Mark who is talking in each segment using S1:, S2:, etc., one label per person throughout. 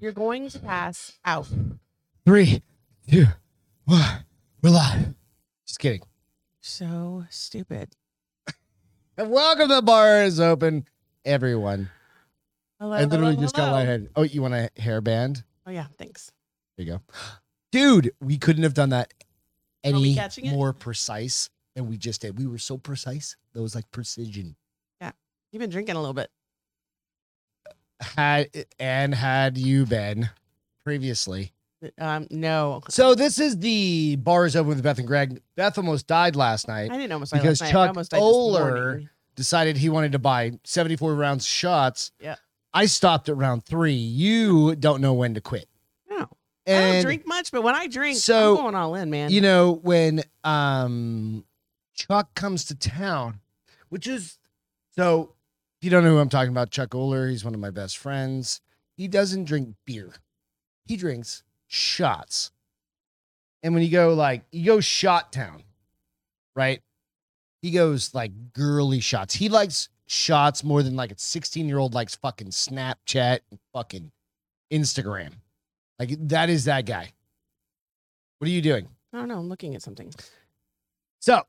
S1: You're going to pass out.
S2: Three, two, one. We're live. Just kidding.
S1: So stupid.
S2: And welcome to the bar is open, everyone.
S1: Hello,
S2: I literally
S1: hello,
S2: just got
S1: hello.
S2: lightheaded. Oh, you want a hairband?
S1: Oh yeah, thanks.
S2: There you go. Dude, we couldn't have done that
S1: Are we
S2: any
S1: catching it?
S2: more precise than we just did. We were so precise. That was like precision.
S1: You've been drinking a little bit.
S2: Had and had you been previously.
S1: Um, no,
S2: So this is the bar is open with Beth and Greg. Beth almost died last
S1: I
S2: night.
S1: didn't almost die
S2: Because
S1: last night.
S2: Chuck
S1: I almost died this
S2: Oler-
S1: morning.
S2: decided he wanted to buy 74 rounds of shots.
S1: Yeah.
S2: I stopped at round three. You don't know when to quit.
S1: No, I don't
S2: And
S1: drink much, but when I drink,
S2: So,
S1: I'm going all in, man.
S2: you know, when um Chuck comes to town, which is so if you don't know who I'm talking about, Chuck Oler, he's one of my best friends. He doesn't drink beer. He drinks shots. And when you go like you go shot town, right? He goes like girly shots. He likes shots more than like a 16 year old likes fucking Snapchat and fucking Instagram. Like that is that guy. What are you doing?
S1: I don't know. I'm looking at something.
S2: So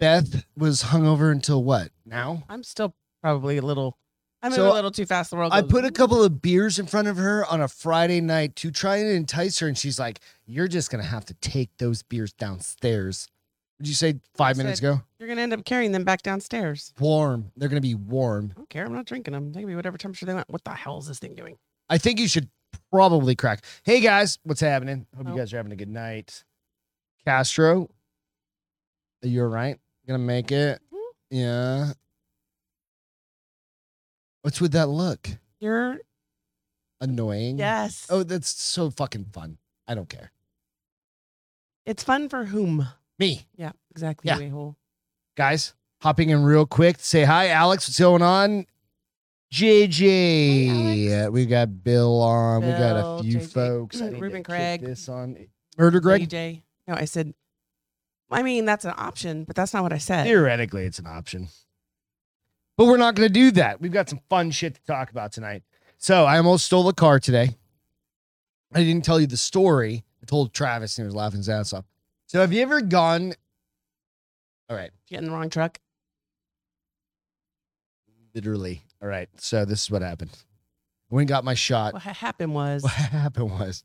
S2: Beth was hungover until what? Now?
S1: I'm still probably a little. I'm
S2: So,
S1: a little too fast. The world.
S2: I
S1: goes,
S2: put a couple of beers in front of her on a Friday night to try and entice her. And she's like, You're just going to have to take those beers downstairs. Would you say five
S1: I
S2: minutes
S1: said-
S2: ago?
S1: You're gonna end up carrying them back downstairs.
S2: Warm. They're going to be warm.
S1: I don't care. I'm not drinking them. They can be whatever temperature they want. What the hell is this thing doing?
S2: I think you should probably crack. Hey guys, what's happening? Hope
S1: Oh.
S2: you guys are having a good night. Castro, you're right. Gonna make it.
S1: Mhm.
S2: Yeah. What's with that look?
S1: You're
S2: Annoying.
S1: yes.
S2: Oh, that's so fucking fun. I don't care.
S1: It's fun for whom?
S2: Me,
S1: Yeah, exactly.
S2: Yeah.
S1: Wayhole.
S2: guys, hopping in real quick. Say hi, Alex. What's going on? JJ.
S1: Hey,
S2: Yeah, we got Bill on. we got a
S1: Bill,
S2: few
S1: JJ.
S2: folks. I need to
S1: Reuben
S2: kick
S1: Craig.
S2: This on Murder Greg.
S1: AJ. No, I said. I mean, that's an option, but that's not what I said.
S2: Theoretically, it's an option. But we're not going to do that. We've got some fun shit to talk about tonight. So I almost stole a car today. I didn't tell you the story. I told Travis and he was laughing his ass off. So have you ever gone? All right,
S1: Get in the wrong truck.
S2: literally. All right. So this is what happened. I went and got my shot.
S1: What ha- happened was
S2: What happened was,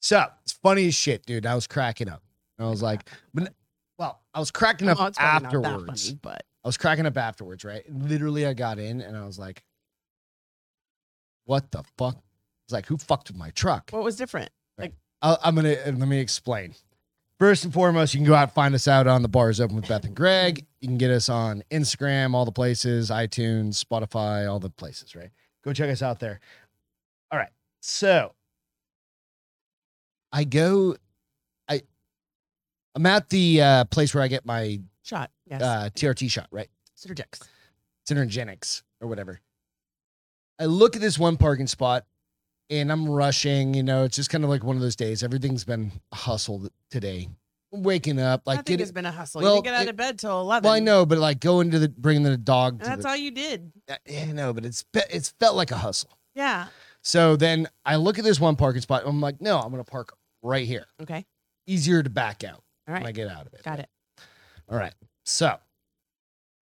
S2: so it's funny as shit, dude. I was cracking up. And I was like, but- well, I was cracking up
S1: Well, oh, it's probably not that
S2: afterwards.
S1: funny, but
S2: I was cracking up afterwards, right? Literally, I got in and I was like, what the fuck? It's like, who fucked with my truck?
S1: what was different?
S2: i I'm going to let me explain. First and foremost, you can go out and find us out on the bars open with Beth and Greg. You can get us on Instagram, all the places, iTunes, Spotify, all the places, right? Go check us out there. All right. So I go, I, I'm at the uh, place where I get my
S1: Shot. Yes. Uh,
S2: uh, TRT shot, right?
S1: Synergex.
S2: Synergenics or whatever. I look at this one parking spot and I'm rushing. You know, it's just kind of like one of those days. Everything's been a hustle today. waking up,
S1: Like,
S2: like,
S1: Nothing
S2: get
S1: has
S2: it.
S1: been a hustle.
S2: well,
S1: you didn't get out
S2: it-
S1: of bed till eleven.
S2: Well, I know, but like going to the bringing the dog
S1: And
S2: to
S1: that's
S2: the,
S1: all you did.
S2: yeah, I know, but it's fe- it's felt like a hustle.
S1: Yeah.
S2: So then I look at this one parking spot. I'm like, no, I'm gonna park right here.
S1: Okay.
S2: Easier to back out
S1: All
S2: when I
S1: right.
S2: get out of it.
S1: Got it.
S2: All right. So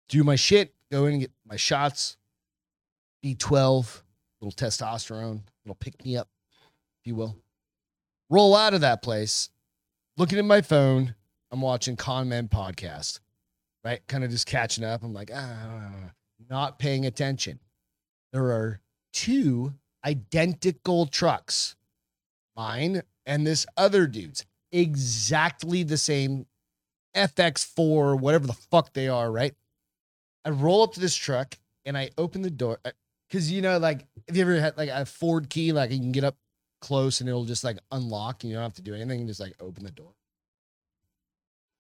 S2: do my shit, go in and get my shots, B12, little testosterone, little pick me up, if you will. Roll out of that place, looking at my phone. I'm watching Con Men podcast, right? Kind of just catching up. I'm like, ah, not paying attention. There are two identical trucks, mine and this other dude's, exactly the same FX4, whatever the fuck they are, right? I roll up to this truck and I open the door because you know, like, have you ever had like a Ford key? Like, you can get up close and it'll just like unlock. And you don't have to do anything. You just like open the door.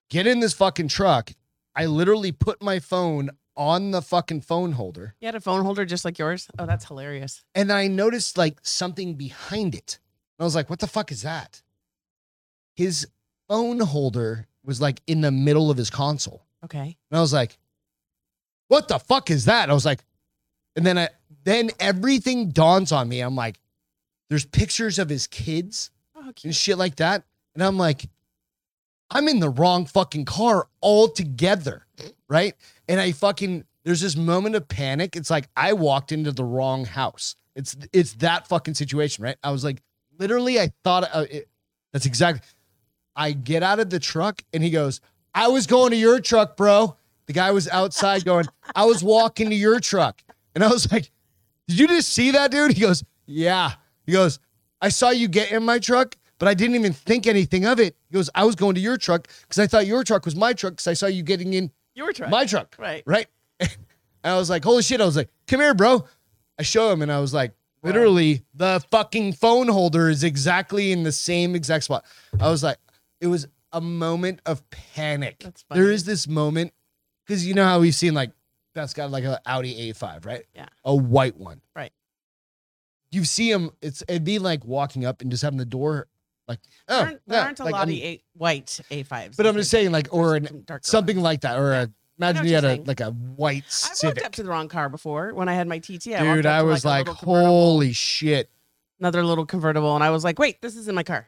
S2: Get in this fucking truck. I literally put my phone on the fucking phone holder
S1: You had a phone holder just like yours. Oh, that's hilarious.
S2: and I noticed like something behind it. And I was like, what the fuck is that? His phone holder was like in the middle of his console.
S1: Okay.
S2: And I was like, what the fuck is that? I was like, and then I then everything dawns on me. I'm like, There's pictures of his kids
S1: Oh, how
S2: and
S1: cute.
S2: shit like that. And I'm like, I'm in the wrong fucking car altogether. Right. And I fucking, there's this moment of panic. It's like I walked into the wrong house. It's, it's that fucking situation. Right. I was like, literally, I thought uh, it, that's exactly, I get out of the truck and he goes, I was going to your truck, bro. The guy was outside going, I was walking to your truck. And I was like, Did you just see that dude? He goes, Yeah. He goes, I saw you get in my truck, but I didn't even think anything of it. He goes, I was going to your truck because I thought your truck was my truck because I saw you getting in
S1: You were trying.
S2: my truck.
S1: Right.
S2: Right. And I was like, Holy shit. I was like, Come here, bro. I show him and I was like, Literally, the fucking phone holder is exactly in the same exact spot. I was like, It was a moment of panic.
S1: That's funny.
S2: There is this moment because you know how we've seen like that's got like a Audi A5, right?
S1: Yeah.
S2: A white one.
S1: Right.
S2: You see him, it's it'd be like walking up and just having the door like oh,
S1: there aren't, there
S2: yeah,
S1: aren't a
S2: like,
S1: lot
S2: I'm-
S1: of eight, white A5s.
S2: But I'm just saying, like, or an,
S1: dark
S2: something like that, or a, imagine
S1: what
S2: you
S1: you're
S2: had a
S1: saying.
S2: like a white
S1: I've
S2: Civic,
S1: walked up to the wrong car before when I had my TT. I walked
S2: dude.
S1: up
S2: I
S1: to,
S2: was
S1: a
S2: like,
S1: little convertible-
S2: holy shit!
S1: another little convertible, and I was like, wait, this is in my car.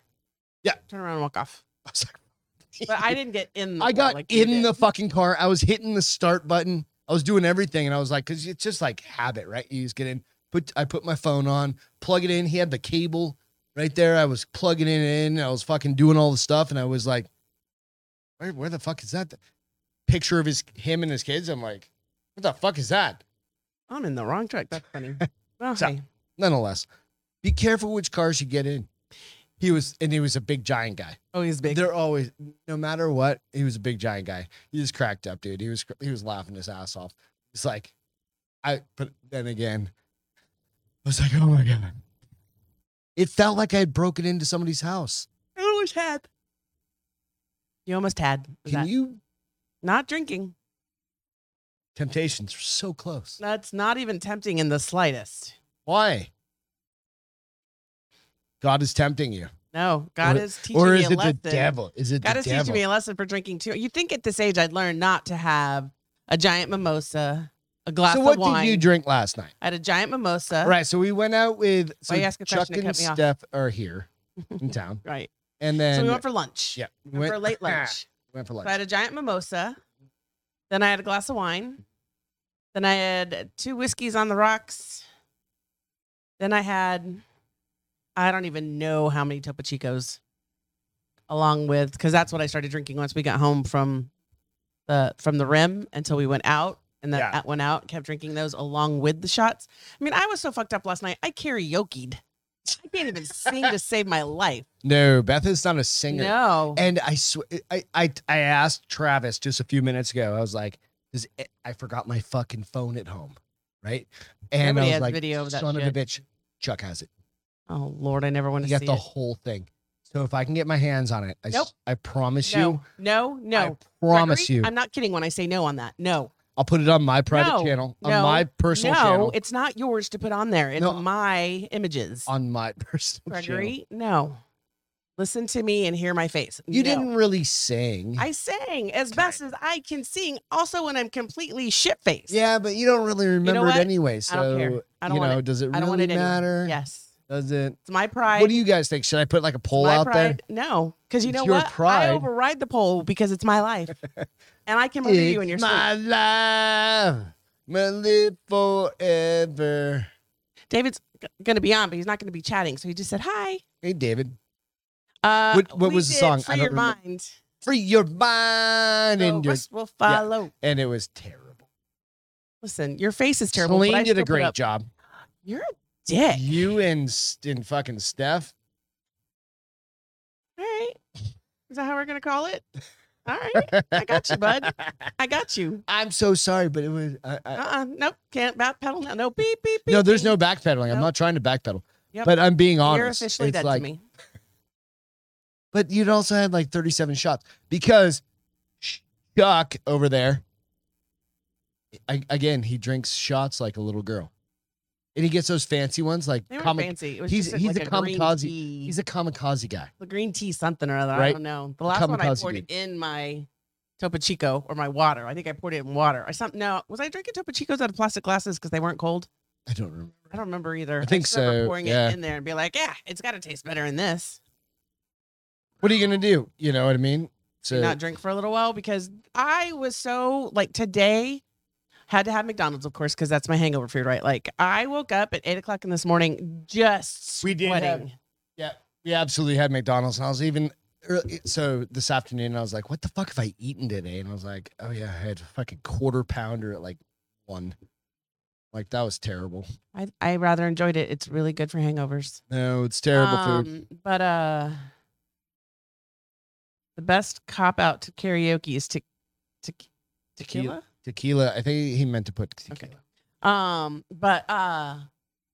S2: Yeah.
S1: Turn around and walk off.
S2: I was like,
S1: But I didn't get in. The
S2: I
S1: car
S2: got
S1: like you
S2: in
S1: did.
S2: the fucking car. I was hitting the start button. I was doing everything, and I was like, because it's just like habit, right? You just get in. Put I put my phone on, plug it in. He had the cable right there. I was plugging it in. I was fucking doing all the stuff, and I was like, where, where the fuck is that? Picture of his him and his kids. I'm like, what the fuck is that?
S1: I'm in the wrong truck. That's funny. Well,
S2: So-
S1: hey,
S2: nonetheless, be careful which cars you get in. He was, and he was a big giant guy.
S1: oh, he's big.
S2: They're always, no matter what, he was a big giant guy. He just cracked up, dude. He was, he was laughing his ass off. It's like, I, but then again, I was like, oh my God. It felt like I had broken into somebody's house.
S1: I almost had. Oh, You almost had. Was
S2: Can
S1: that-
S2: you?
S1: Not drinking.
S2: Temptations were so close.
S1: That's not even tempting in the slightest.
S2: Why? God is tempting you.
S1: No, God is teaching
S2: or
S1: me
S2: is
S1: a
S2: it
S1: lesson.
S2: the devil? Is it
S1: God
S2: the
S1: is teaching
S2: devil?
S1: me a lesson for drinking too. You'd think at this age I'd learn not to have a giant mimosa, a glass
S2: so, what
S1: of wine.
S2: did you drink last night?
S1: I had a giant mimosa.
S2: All right, so we went out with so
S1: Why you ask a
S2: Chuck
S1: question to
S2: and
S1: cut me off?
S2: Steph are here in town,
S1: Right.
S2: and then
S1: so we went for lunch.
S2: yeah, we
S1: We went for a late lunch.
S2: went for
S1: So I
S2: lunch.
S1: had a giant mimosa. Then I had a glass of wine. Then I had two whiskeys on the rocks. Then I had, I don't even know how many Topo Chicos, along with because that's what I started drinking once we got home from the from the rim until we went out. And then
S2: Yeah.
S1: that went out, kept drinking those along with the shots. I mean, I was so fucked up last night. I karaoke'd. I can't even sing to save my life.
S2: No, Beth is not a singer,
S1: No.
S2: and I swear, I, I I asked Travis just a few minutes ago. I was like, "Does it- I forgot my fucking phone at home, right?" And
S1: Nobody
S2: I was
S1: has
S2: like,
S1: video of that
S2: "Son
S1: shit."
S2: of a bitch, Chuck has it.
S1: Oh Lord, I never want
S2: He
S1: to
S2: got
S1: see
S2: the
S1: it.
S2: whole thing. So if I can get my hands on it, I, s-
S1: Nope.
S2: I promise you,
S1: No, no, no.
S2: I promise
S1: Gregory,
S2: you,
S1: I'm not kidding when I say no on that. No.
S2: I'll put it on my private
S1: No,
S2: channel, on
S1: no,
S2: my personal
S1: no,
S2: channel,
S1: it's not yours to put on there. It's
S2: No.
S1: my images.
S2: on my personal channel.
S1: Gregory, no. Listen to me and hear my face.
S2: You
S1: No.
S2: didn't really sing.
S1: I sang as best as I can sing, also when I'm completely shit faced.
S2: yeah, but you don't really remember it
S1: what?
S2: anyway.
S1: I don't care.
S2: So
S1: I don't
S2: you
S1: want
S2: know,
S1: it.
S2: does it
S1: I don't want
S2: really
S1: it anyway.
S2: matter?
S1: Yes.
S2: Does it?
S1: It's my pride.
S2: What do you guys think? Should I put like a poll
S1: my
S2: out there?
S1: pride. No, because you
S2: It's
S1: know
S2: your
S1: what?
S2: pride.
S1: I override the poll because it's my life, and I can murder you in your
S2: It's
S1: sleep.
S2: my life. My live forever.
S1: David's g- going to be on, but he's not going to be chatting, so he just said hi.
S2: Hey, David.
S1: Uh,
S2: What- what
S1: we
S2: was the
S1: did
S2: song?
S1: Free
S2: I don't
S1: your
S2: remember.
S1: mind.
S2: Free your mind
S1: The
S2: and your
S1: rest will follow.
S2: and it was terrible.
S1: Listen, your face is terrible. but I
S2: Celine did
S1: still
S2: a
S1: put
S2: great
S1: up-
S2: job.
S1: You're a dick.
S2: You and S- and fucking Steph.
S1: All right. Is that how we're gonna call it? All right. I got you, bud. I got you.
S2: I'm so sorry, but it was. I, I,
S1: Uh-uh. Nope. Can't backpedal now. No beep beep beep.
S2: Uh, no, there's
S1: beep.
S2: no backpedaling. I'm
S1: Nope.
S2: not trying to backpedal,
S1: Yep.
S2: but I'm being honest.
S1: You're officially
S2: It's
S1: dead
S2: like,
S1: to me.
S2: but you'd also had like 37 shots because Chuck over there, I, again, he drinks shots like a little girl, and he gets those fancy ones like
S1: They were
S2: comic.
S1: fancy. It was
S2: he's-
S1: just
S2: he's
S1: like
S2: a
S1: green
S2: kamikaze.
S1: tea.
S2: He's a kamikaze guy.
S1: the green tea something or other. I
S2: Right?
S1: don't know. The last one I
S2: kamikaze
S1: poured
S2: dude.
S1: it in my Topo Chico or my water. I think I poured it in water. I some no. Was I drinking Topo Chicos out of plastic glasses because they weren't cold?
S2: I don't remember.
S1: I don't remember either.
S2: I think
S1: just remember
S2: so,
S1: Pouring
S2: yeah.
S1: it in there and be like, yeah, it's got to taste better in this.
S2: What are you gonna do? You know what I mean?
S1: Do
S2: So
S1: not drink for a little while because I was so like today had to have McDonald's, of course, because that's my hangover food, right? Like I woke up at eight o'clock in this morning just
S2: We
S1: sweating.
S2: did have- we absolutely had McDonald's, and I was even early, so this afternoon. I was like, "What the fuck have I eaten today?" And I was like, "Oh yeah, I had a fucking quarter pounder at like one. Like that was terrible.
S1: I, I rather enjoyed it. It's really good for hangovers.
S2: No, it's terrible food.
S1: Um, But uh, the best cop out to karaoke is to, to tequila.
S2: Tequila. I think he meant to put tequila.
S1: Okay. Um, but uh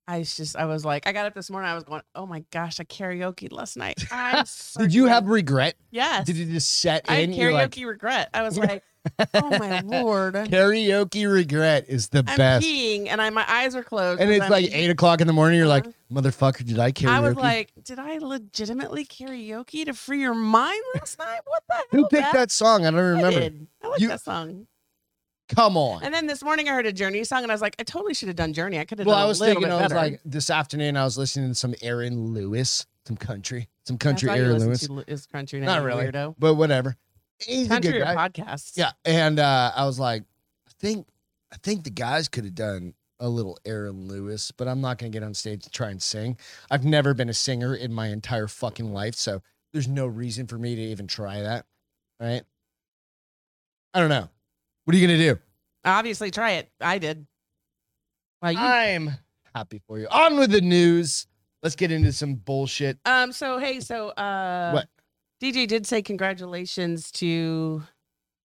S1: I was just I was like, I got up this morning, I was going, Oh my gosh, I karaoke last night. I'm so
S2: Did you
S1: glad-
S2: have regret?
S1: yes.
S2: Did it just set
S1: I had
S2: in? You're
S1: karaoke
S2: like,
S1: regret. I was like, Oh my lord. I'm
S2: karaoke regret is the best.
S1: peeing and I my eyes are closed.
S2: And
S1: 'cause
S2: it's
S1: I'm
S2: like
S1: peeing.
S2: eight o'clock in the morning. You're like,
S1: Uh-huh.
S2: motherfucker, did I karaoke?
S1: I was like, did I legitimately karaoke to free your mind last night? What the hell?
S2: who picked that song? I don't
S1: I
S2: remember.
S1: did. I like
S2: You-
S1: that song.
S2: Come on.
S1: And then this morning I heard a Journey song and I was like, I totally should have done Journey. I could have
S2: Well,
S1: done
S2: I
S1: a
S2: was
S1: little
S2: thinking,
S1: bit
S2: I was
S1: better.
S2: like, this afternoon, I was listening to some Aaron Lewis, some country, some
S1: That's
S2: country
S1: all you
S2: Aaron
S1: listen
S2: Lewis,
S1: to is country
S2: Not
S1: now, you
S2: really.
S1: weirdo.
S2: but whatever. He's a
S1: Country
S2: good
S1: or
S2: guy.
S1: podcasts.
S2: Yeah, and uh, I was like, I think, I think the guys could have done a little Aaron Lewis, but I'm not gonna get on stage to try and sing. I've never been a singer in my entire fucking life, so there's no reason for me to even try that, right? I don't know. What are you gonna do?
S1: Obviously, try it. I did. Well, you,
S2: I'm happy for you. On with the news. Let's get into some bullshit.
S1: um. So hey, so uh,
S2: What?
S1: DJ did say congratulations to,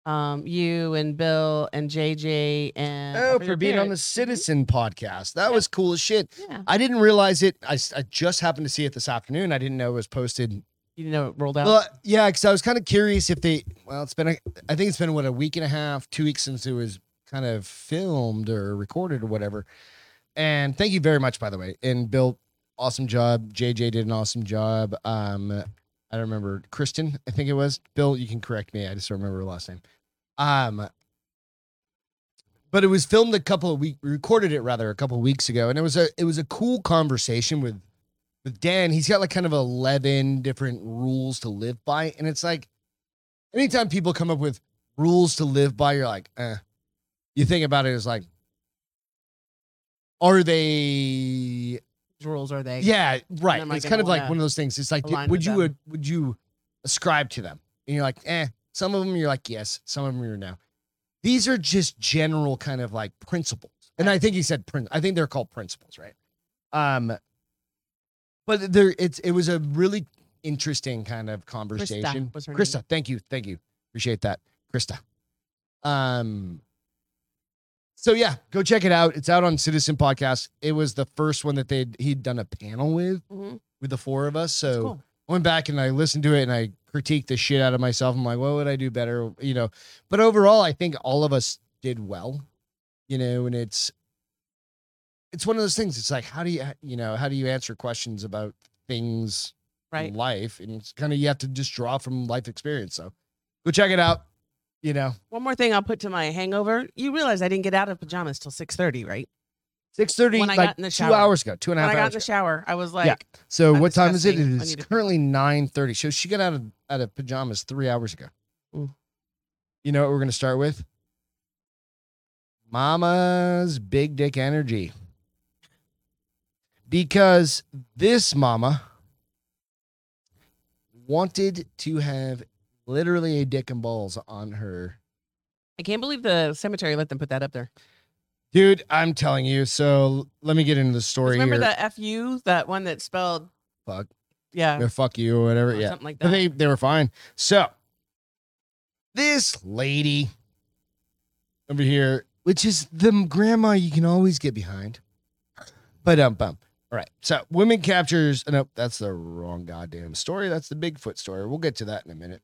S1: um, you and Bill and JJ and
S2: Oh, for
S1: your
S2: being on the
S1: parents.
S2: Citizen podcast. That
S1: Yeah.
S2: was cool as shit.
S1: Yeah,
S2: I didn't realize it. I, s- I just happened to see it this afternoon. I didn't know it was posted.
S1: you know it rolled out.
S2: Well, yeah, because I was kind of curious if they. Well, it's been. A, I think it's been what a week and a half, two weeks since it was kind of filmed or recorded or whatever. And thank you very much, by the way. And Bill, awesome job. JJ did an awesome job. Um, I don't remember Kristen. I think it was Bill. You can correct me. I just don't remember her last name. Um, but it was filmed a couple of week recorded it rather a couple of weeks ago, and it was a it was a cool conversation with with Dan, he's got like kind of 11 different rules to live by. And it's like, anytime people come up with rules to live by, you're like, eh. You think about it as like, are they,
S1: Which rules are they?
S2: yeah, right.
S1: am I
S2: It's
S1: gonna
S2: kind of like
S1: wanna
S2: one of those things. It's like,
S1: align
S2: would
S1: with
S2: you,
S1: them?
S2: ad- would you ascribe to them? And you're like, eh, some of them you're like, yes, some of them you're no. These are just general kind of like principles. And I think he said, prin- I think they're called principles, right? Um, but there, it's it was a really interesting kind of conversation.
S1: was her name.
S2: Krista, thank you, thank you, appreciate that, Krista. Um, so yeah, go check it out. It's out on Citizen Podcast. It was the first one that they would he'd done a panel with
S1: Mhm.
S2: with the four of us.
S1: That's
S2: So
S1: cool.
S2: I went back and I listened to it and I critiqued the shit out of myself. I'm like, what would I do better? You know, but overall, I think all of us did well, you know, and it's, it's one of those things. It's like, how do you, you know, how do you answer questions about things
S1: right.
S2: in life? And it's kind of, you have to just draw from life experience. So go check it out. You know,
S1: One more thing I'll put to my hangover. You realize I didn't get out of pajamas till six thirty, right?
S2: 630,
S1: When I
S2: like
S1: got in the
S2: two
S1: shower.
S2: hours ago, two and a
S1: When
S2: half
S1: I got in
S2: hours
S1: the
S2: ago.
S1: shower, I was like,
S2: Yeah. So
S1: I'm
S2: what time is it?
S1: disgusting.
S2: It
S1: I
S2: is
S1: need to-
S2: currently nine thirty. So she got out of out of pajamas three hours ago.
S1: Mm.
S2: You know what we're gonna start with? Mama's big dick energy. Because this mama wanted to have literally a dick and balls on her.
S1: I can't believe the cemetery let them put that up there.
S2: Dude, I'm telling you. So let me get into the
S1: 'Cause
S2: story
S1: Remember
S2: here.
S1: that FU, that one that spelled
S2: Fuck.
S1: yeah,
S2: Or fuck you or whatever.
S1: or
S2: Yeah.
S1: something like
S2: But
S1: that.
S2: They they were fine. So this lady over here, which is the grandma you can always get behind. But um bum. All right. So women captures no, that's the wrong goddamn story. That's the Bigfoot story. We'll get to that in a minute.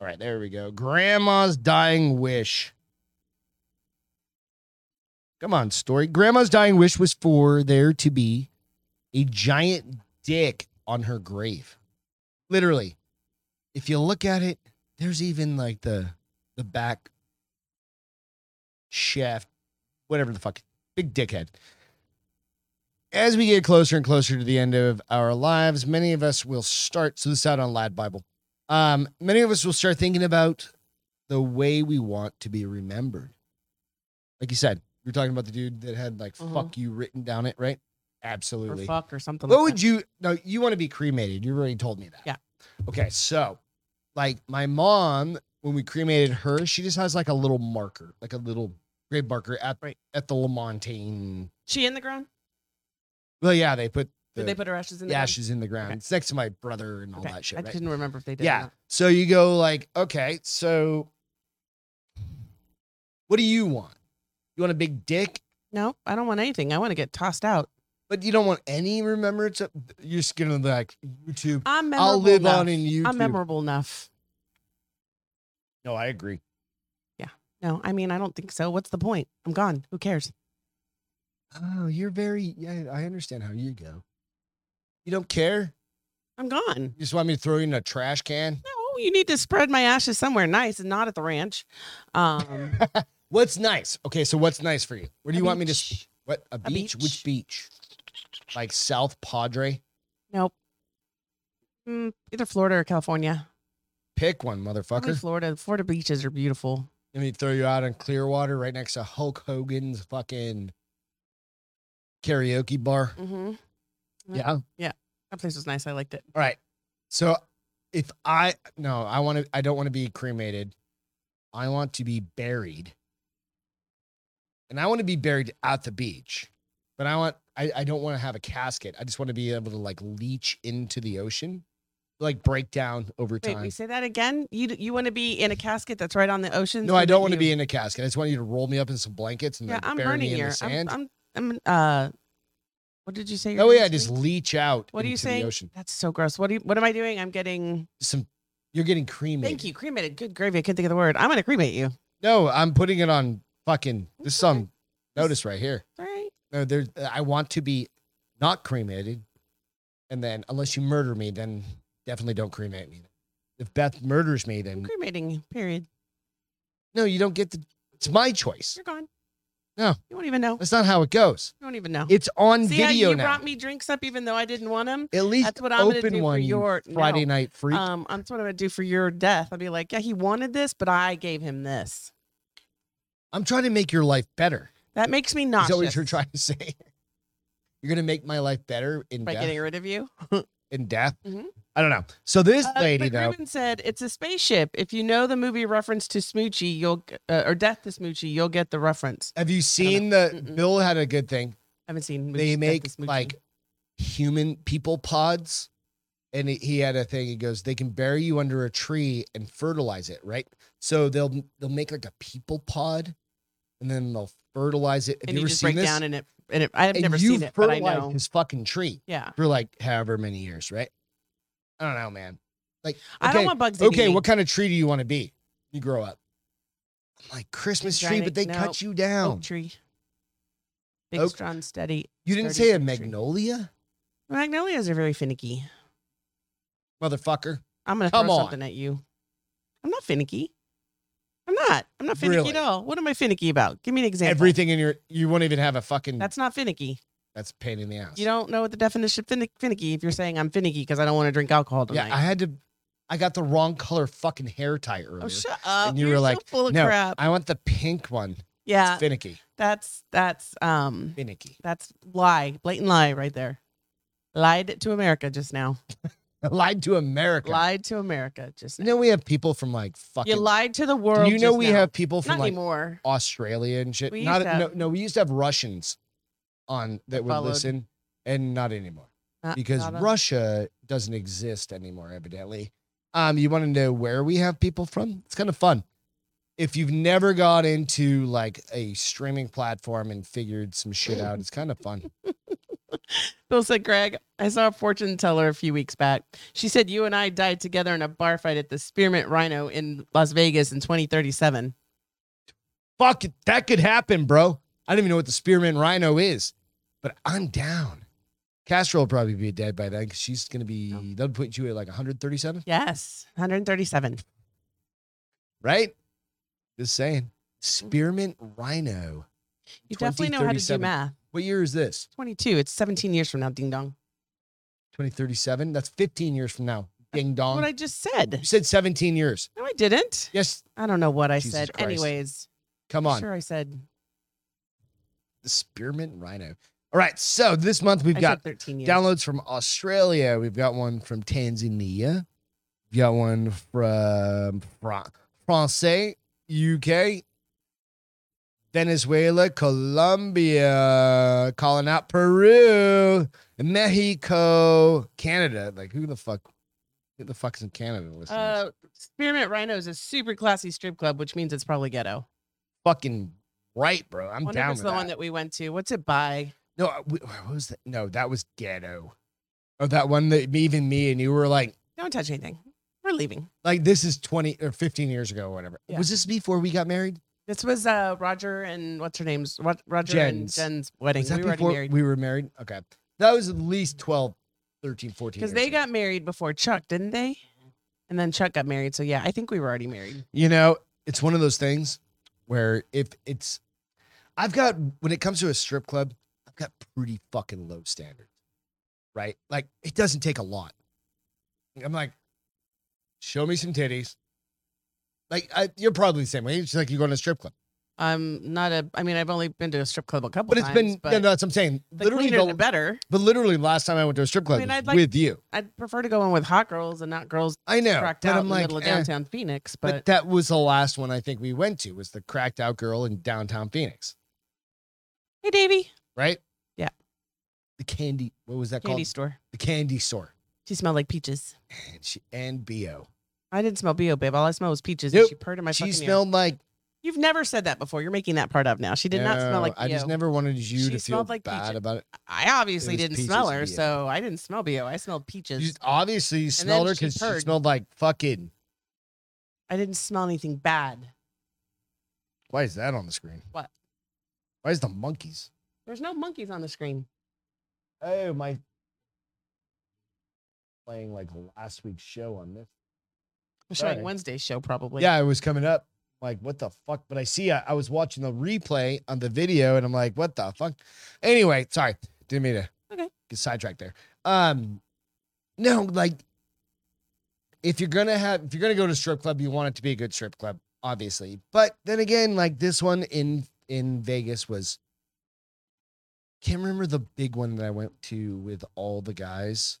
S2: All right, there we go. Grandma's dying wish. Come on, story. Grandma's dying wish was for there to be a giant dick on her grave. Literally. If you look at it, there's even like the the back shaft, whatever the fuck. Big dickhead. As we get closer and closer to the end of our lives, many of us will start. So this is out on Lad Bible. Um, many of us will start thinking about the way we want to be remembered. Like you said, you were talking about the dude that had like
S1: Mhm.
S2: "fuck you" written down it, right?
S1: or
S2: Absolutely.
S1: fuck or something.
S2: What
S1: like
S2: would
S1: that.
S2: you? No, you want to be cremated. You already told me that.
S1: Yeah.
S2: Okay, so like my mom, when we cremated her, she just has like a little marker, like a little grave marker at
S1: Right.
S2: at the Lamontagne.
S1: She in the ground?
S2: Well, yeah, they put the
S1: Did they put her ashes in
S2: the
S1: the ground?
S2: ashes in the ground.
S1: Okay.
S2: It's next to my brother and all
S1: Okay.
S2: that shit.
S1: I
S2: right?
S1: didn't remember if they did. or
S2: Yeah.
S1: not.
S2: So you go like, okay, so what do you want? You want a big dick,
S1: No, I don't want anything. I want to get tossed out.
S2: but you don't want any remembrance. Of, you're just gonna like YouTube.
S1: I'm memorable
S2: I'll live
S1: enough.
S2: on in YouTube.
S1: I'm memorable enough.
S2: No, I agree.
S1: No, I mean I don't think so. What's the point? I'm gone. Who cares?
S2: Oh, you're very. Yeah, I understand how you go. You don't care.
S1: I'm gone.
S2: You just want me to throw you in a trash can.
S1: No, you need to spread my ashes somewhere nice and not at the ranch. Um,
S2: What's nice? Okay, so what's nice for you? Where do
S1: a
S2: you want me to? s-
S1: beach.
S2: What a, beach? Which beach? Like South Padre?
S1: Nope. Mm, either Florida or California.
S2: Pick one,
S1: Probably
S2: motherfucker.
S1: Florida. Florida beaches are beautiful.
S2: Let me throw you out on Clearwater, right next to Hulk Hogan's fucking karaoke bar.
S1: Mm-hmm. Yeah.
S2: Yeah. All
S1: That place was nice. I liked it.
S2: right. So if I no, I want to. I don't want to be cremated. I want to be buried, and I want to be buried at the beach. But I want. I, I don't want to have a casket. I just want to be able to like leach into the ocean, like break down over
S1: Wait,
S2: time.
S1: we say that again? You you want to be in a casket that's right on the ocean?
S2: no,
S1: so
S2: I don't
S1: that
S2: want to
S1: you-
S2: be in a casket. I just want you to roll me up in some blankets and
S1: Yeah,
S2: like,
S1: I'm
S2: bury me
S1: burning
S2: in
S1: here.
S2: the sand.
S1: I'm, I'm I'm uh. What did you say? your
S2: That way,
S1: name
S2: I
S1: was,
S2: just
S1: Lee?
S2: leach out.
S1: What are you
S2: into the
S1: saying?
S2: ocean.
S1: That's so gross. What do you, What am I doing? I'm getting.
S2: Some, you're getting cremated.
S1: Thank you. Cremated. Good gravy. I couldn't think of the word. I'm gonna cremate you.
S2: No, I'm putting it on fucking. This is on
S1: Okay.
S2: notice right here.
S1: All right.
S2: No, there. I want to be not cremated, and then unless you murder me, then definitely don't cremate me. If Beth murders me,
S1: I'm
S2: then
S1: cremating. you, Period.
S2: no, you don't get the. It's my choice.
S1: You're gone.
S2: No.
S1: You won't even know. You
S2: That's not how it goes.
S1: won't even know.
S2: It's on
S1: See how
S2: video
S1: you
S2: now.
S1: brought me drinks up even though I didn't want them.
S2: At least
S1: That's what I'm gonna do
S2: open
S1: for
S2: one. you
S1: your
S2: Friday
S1: no.
S2: night freak.
S1: Um, that's what I'm gonna do for your death. I'll be like, yeah, he wanted this, but I gave him this.
S2: I'm trying to make your life better.
S1: That makes me
S2: Is
S1: nauseous.
S2: that what you're trying to say? You're gonna make my life better in
S1: by
S2: death.
S1: getting rid of you.
S2: in death.
S1: Mhm.
S2: I don't know. So this
S1: Uh,
S2: lady
S1: but
S2: though,
S1: Ruben said it's a spaceship. If you know the movie reference to Smoochie, you'll g- uh, or Death to Smoochie, you'll get the reference.
S2: have you seen the
S1: Mm-mm.
S2: Bill had a good thing.
S1: I haven't seen. Moochie- Death
S2: They
S1: to
S2: make
S1: Smoochie.
S2: like human people pods. And he- he had a thing. He goes, they can bury you under a tree and fertilize it, right? So they'll they'll make like a people pod, and then they'll fertilize it. Have
S1: and
S2: you
S1: you,
S2: ever
S1: just
S2: seen
S1: break
S2: this?
S1: down in it. And it, I have
S2: and
S1: never
S2: you
S1: seen it, but I
S2: fertilized
S1: know.
S2: his fucking tree
S1: yeah,
S2: for like however many years, right? I don't know, man. Like
S1: I don't
S2: okay,
S1: want bugs.
S2: okay,
S1: eating
S2: what
S1: me.
S2: kind of tree do you want to be? You grow up. I'm like Christmas tree,
S1: Giant-
S2: but they
S1: no.
S2: cut you
S1: oak
S2: down.
S1: tree? Big,
S2: Oak-
S1: strong, steady.
S2: You didn't
S1: sturdy
S2: say a
S1: oak tree.
S2: magnolia,
S1: Magnolias are very finicky.
S2: motherfucker.
S1: I'm gonna
S2: Come
S1: throw
S2: on.
S1: something at you. I'm not finicky. I'm not. I'm not finicky
S2: Really?
S1: at all. What am I finicky about? Give me an example.
S2: Everything in your you won't even have a fucking
S1: That's
S2: that's,
S1: not finicky.
S2: a pain in the ass.
S1: You don't know what the definition of fin- finicky if you're saying I'm finicky because I don't want to drink alcohol
S2: yeah,
S1: tonight. Oh,
S2: I had to I got the wrong color fucking hair tie earlier.
S1: oh, shut up.
S2: And you
S1: You're
S2: were
S1: so
S2: like,
S1: full of
S2: no,
S1: crap.
S2: I want the pink one.
S1: Yeah,
S2: It's finicky.
S1: that's that's um
S2: Finicky.
S1: that's lie, blatant lie right there. Lied to America just now.
S2: I lied to America.
S1: Lied to America just
S2: You
S1: now.
S2: know we have people from like fucking
S1: you lied to the
S2: Do
S1: world.
S2: you know
S1: just
S2: we
S1: now.
S2: have people from
S1: not
S2: like
S1: anymore.
S2: Australia and shit.
S1: We
S2: Not
S1: used to
S2: no,
S1: have-
S2: no, we used to have Russians on that would
S1: followed.
S2: listen, and not anymore
S1: Not-
S2: because
S1: not a-
S2: Russia doesn't exist anymore, evidently. Um, you want to know where we have people from? It's kind of fun. If you've never got into like a streaming platform and figured some shit out, it's kind of fun.
S1: Bill said, Greg, I saw a fortune teller a few weeks back. She said you and I died together in a bar fight at the Spearmint Rhino in Las Vegas in 2037.
S2: Fuck it, that could happen, bro. I don't even know what the Spearman Rhino is, but I'm down. Castro will probably be dead by then because she's gonna be. They'll put you at like 137.
S1: Yes, 137. Mm-hmm.
S2: right? Just saying. Spearmint Rhino.
S1: You definitely know how to do
S2: 2037.
S1: math.
S2: What year is this?
S1: 22. It's 17 years from now, ding dong.
S2: 2037? That's 15 years from now. Ding dong.
S1: What I just said.
S2: you said 17 years.
S1: No, I didn't.
S2: Yes,
S1: I don't know what I
S2: Jesus
S1: said.
S2: Christ.
S1: Anyways,
S2: come on.
S1: sure I said
S2: The Spearmint Rhino. All right, so this month we've
S1: I
S2: got
S1: said 13 years.
S2: downloads from Australia. We've got one from Tanzania. We've got one from Fra- France, UK, Venezuela, Colombia, calling out Peru, Mexico, Canada. Like who the fuck? Who the fuck's in Canada? Listening? to this?
S1: uh, Spearmint Rhino is a super classy strip club, which means it's probably ghetto.
S2: Fucking right, bro. I'm
S1: Wonder if
S2: down
S1: it's
S2: with
S1: the
S2: that.
S1: one that we went to. What's it by?
S2: No, I- wh- what was that? No, that was ghetto. Oh, that one that even me and you were like,
S1: Don't touch anything. We're leaving.
S2: like this is 20 or 15 years ago or whatever.
S1: Yeah.
S2: Was this before we got married?
S1: This was uh, Roger and what's her name's Ro- Roger
S2: Jen's.
S1: and Jen's wedding.
S2: Was that
S1: We were already
S2: before
S1: married
S2: we were married? Okay. That was at least 12, 13, 14
S1: because
S2: years
S1: they
S2: ago.
S1: got married before Chuck, didn't they? And then Chuck got married. So yeah, I think we were already married.
S2: You know, it's one of those things where if it's, I've got, when it comes to a strip club, I've got pretty fucking low standards, right? Like it doesn't take a lot. I'm like, show me some titties. Like I, you're probably the same way. It's like you go to a strip club,
S1: I'm Um, not a. I mean, I've only been to a strip club a couple
S2: but it's
S1: times.
S2: been,
S1: but
S2: no, no, that's what I'm saying.
S1: the
S2: literally,
S1: cleaner
S2: the-
S1: the better.
S2: but literally last time I went to a strip club
S1: mean,
S2: was
S1: I'd like-
S2: with you.
S1: I'd prefer to go in with hot girls and not girls
S2: I know,
S1: cracked
S2: but
S1: out
S2: I'm
S1: in
S2: like,
S1: the middle of
S2: eh.
S1: downtown Phoenix.
S2: but,
S1: But
S2: that was the last one I think we went to was the cracked out girl in downtown Phoenix,
S1: hey, Davy,
S2: right?
S1: Yeah.
S2: The candy, what was that
S1: candy
S2: called?
S1: store.
S2: The candy store.
S1: She smelled like peaches.
S2: And she and Bo.
S1: I didn't smell bo, babe. All I smelled was peaches.
S2: Nope.
S1: And she purred in my
S2: She
S1: fucking ear.
S2: smelled like
S1: You've never said that before. You're making that part up now. She did not smell
S2: No,
S1: like bo.
S2: I just never wanted you
S1: She
S2: to feel
S1: smelled like
S2: bad
S1: peaches.
S2: about it.
S1: I obviously
S2: It was
S1: didn't smell
S2: peaches
S1: her,
S2: BO.
S1: so I didn't smell bo. I smelled peaches.
S2: You obviously you smelled
S1: then
S2: her
S1: she
S2: because she
S1: purred.
S2: smelled like fucking.
S1: I didn't smell anything bad.
S2: Why is that on the screen?
S1: What?
S2: Why is the monkeys?
S1: There's no monkeys on the screen.
S2: Oh my! Playing like last week's show on this.
S1: We're showing
S2: Right.
S1: Wednesday's show probably.
S2: yeah, it was coming up. Like, what the fuck? But I see, I, I was watching the replay on the video, and I'm like, what the fuck? Anyway, sorry, didn't mean to
S1: Okay.
S2: get sidetracked there. Um, no, like, if you're gonna have, if you're gonna go to a strip club, you want it to be a good strip club, obviously. But then again, like this one in in Vegas was, can't remember the big one that I went to with all the guys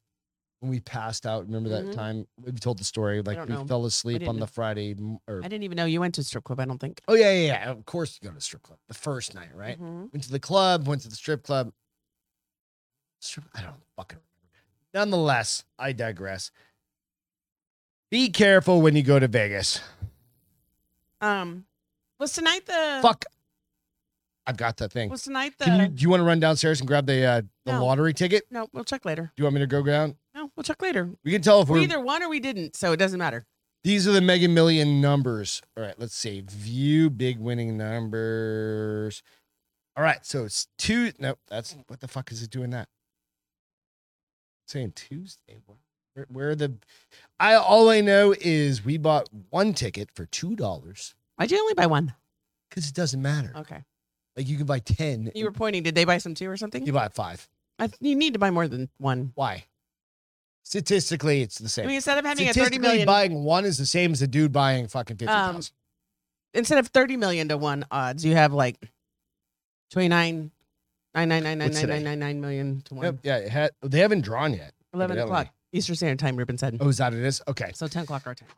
S2: when we passed out. Remember that
S1: Mhm.
S2: time we told the story? Like
S1: don't
S2: we
S1: know.
S2: fell asleep on
S1: didn't-
S2: the Friday m- or
S1: I didn't even know you went to a strip club. I don't think.
S2: Oh yeah, yeah, yeah. Of course, you go to the strip club the first night, right?
S1: Mhm.
S2: Went to the club, went to the strip club. Strip, I don't fucking remember. Nonetheless, I digress. Be careful when you go to Vegas.
S1: Um, was tonight the
S2: Fuck. I've got the thing.
S1: was tonight the
S2: Can you, do you want to run downstairs and grab the uh, the
S1: No.
S2: lottery ticket?
S1: no? We'll check later.
S2: Do you want me to go down?
S1: No, we'll check later.
S2: We can tell if
S1: We
S2: we're.
S1: either won or we didn't, so it doesn't matter.
S2: These are the mega million numbers. All right, let's see. View big winning numbers. All right, so it's two. Nope, that's what the fuck is it doing that? It's saying Tuesday. Where- Where, where are the? I all I know is we bought one ticket for two dollars
S1: Why'd you only buy one?
S2: because it doesn't matter.
S1: Okay.
S2: Like you can buy ten.
S1: You were pointing. Did they buy some too or something?
S2: you buy five.
S1: I th- you need to buy more than one.
S2: Why? Statistically, it's the
S1: I
S2: same.
S1: mean, instead of having a thirty
S2: Statistically,
S1: million,
S2: buying one is the same as a dude buying fucking fifty
S1: Um,
S2: thousand.
S1: instead of thirty million to one odds, you have like twenty nine, nine nine nine nine
S2: What's
S1: nine
S2: today?
S1: nine nine nine million to Um, one.
S2: Yep, yeah, it had, they haven't drawn yet.
S1: Eleven
S2: evidently.
S1: o'clock Eastern Standard Time. Ruben said.
S2: Oh, is that it is? Okay.
S1: So ten o'clock our time.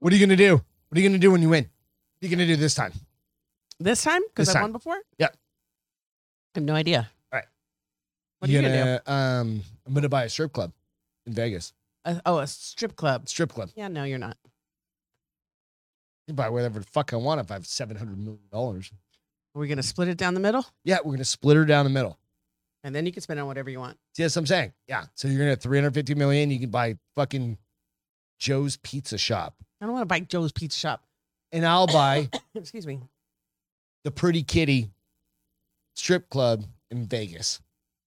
S2: What are you gonna do? What are you gonna do when you win? What are you gonna do this time?
S1: This time
S2: This
S1: because I
S2: time.
S1: won before.
S2: Yep.
S1: I have no idea.
S2: All right.
S1: What are you gonna,
S2: do? Um, I'm gonna buy a strip club in Vegas.
S1: do? A- oh, a strip club.
S2: Strip club.
S1: Yeah, no, you're not.
S2: I can buy whatever the fuck I want if I have seven hundred million dollars.
S1: We're gonna split it down the middle,
S2: Yeah, we're gonna split her down the middle.
S1: and then you can spend it on whatever you want.
S2: See, that's what I'm saying. Yeah. So you're gonna have 350 million. You can buy fucking Joe's Pizza Shop,
S1: I don't want to buy Joe's Pizza Shop.
S2: and I'll buy
S1: Excuse me.
S2: the Pretty Kitty Strip Club in Vegas.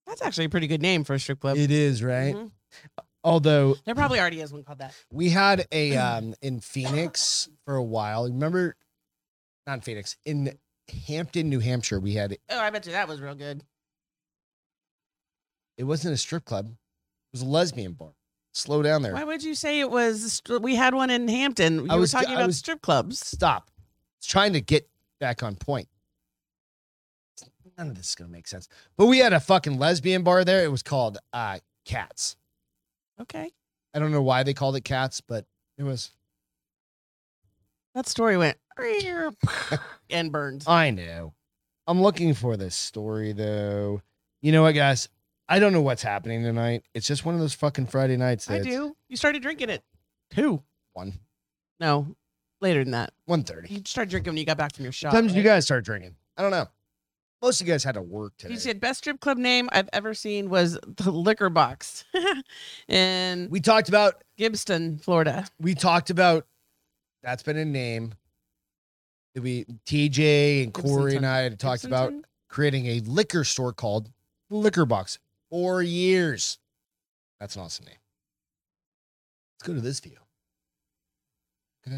S1: That's actually a pretty good name for a strip club.
S2: It is right.
S1: Mhm.
S2: Although
S1: There probably already is one called that.
S2: We had a um in Phoenix for a while. Remember, not in Phoenix in Hampton, New Hampshire. We had
S1: Oh, I bet you that was real good.
S2: it wasn't a strip club. It was a lesbian bar. Slow down there.
S1: Why would you say it was? stri- We had one in Hampton. You
S2: I was-
S1: were talking
S2: I
S1: about
S2: was-
S1: strip clubs.
S2: Stop. It's trying to get back on point. None of this is gonna make sense. But we had a fucking lesbian bar there. It was called uh Cats.
S1: Okay,
S2: I don't know why they called it Cats, but it was
S1: that story went and burned.
S2: I know. I'm looking for this story though. You know what, guys? I don't know what's happening tonight. It's just one of those fucking Friday nights.
S1: I
S2: that's
S1: do. You started drinking it. Who?
S2: One,
S1: No, later than that.
S2: one thirty.
S1: You started drinking when you got back from your shop.
S2: Sometimes you
S1: right?
S2: guys start drinking. I don't know. Most of you guys had to work today.
S1: You said best strip club name I've ever seen was the Liquor Box in
S2: we talked about
S1: Gibson, Florida.
S2: we talked about that's been a name that we TJ and Corey and I had talked about
S1: Gibsonton?
S2: creating a liquor store called Liquor Box. Four years. That's an awesome name. Let's go to this view. Yeah.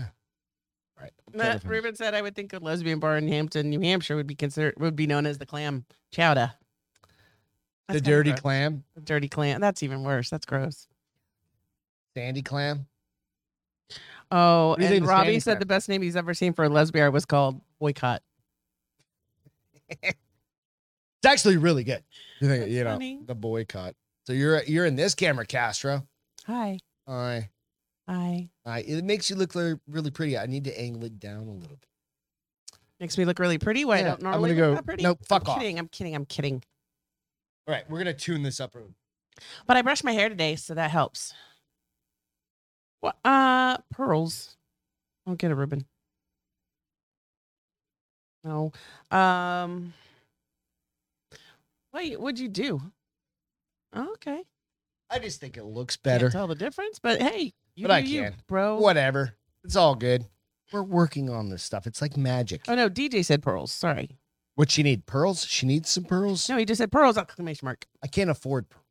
S2: All right. I'm trying to
S1: Matt
S2: find-
S1: Rubin said I would think a lesbian bar in Hampton, New Hampshire would be considered would be known as the clam chowder.
S2: The
S1: That's kinda
S2: dirty
S1: gross.
S2: clam,
S1: The dirty clam. That's even worse. That's gross.
S2: sandy clam.
S1: Oh,
S2: do you think
S1: and
S2: the
S1: Robbie
S2: standing
S1: said
S2: clam-
S1: the best name he's ever seen for a lesbian was called boycott.
S2: It's actually really good. You, think,
S1: That's
S2: you know
S1: funny.
S2: the boycott. So you're you're in this camera, Castro.
S1: Hi,
S2: I
S1: hi.
S2: I it makes you look li- really pretty. I need to angle it down a little bit.
S1: Makes me look really pretty. Why I
S2: Yeah,
S1: don't
S2: I'm gonna
S1: normally look
S2: go-
S1: that pretty?
S2: nope, fuck
S1: I'm
S2: off.
S1: Kidding. I'm kidding. I'm kidding.
S2: All right, we're gonna tune this up. real-
S1: But I brushed my hair today, so that helps. What? Uh, pearls. I'll get a ribbon. No. Um. Wait, what'd you do? Oh, Okay.
S2: I just think it looks
S1: Can't
S2: better.
S1: tell the difference, but hey, you
S2: But
S1: do
S2: I
S1: you,
S2: can.
S1: bro.
S2: Whatever. It's all good. We're working on this stuff. It's like magic.
S1: Oh no, DJ said pearls. Sorry.
S2: What she need? Pearls? She needs some pearls.
S1: No, he just said pearls! Exclamation mark.
S2: I can't afford. Pearls.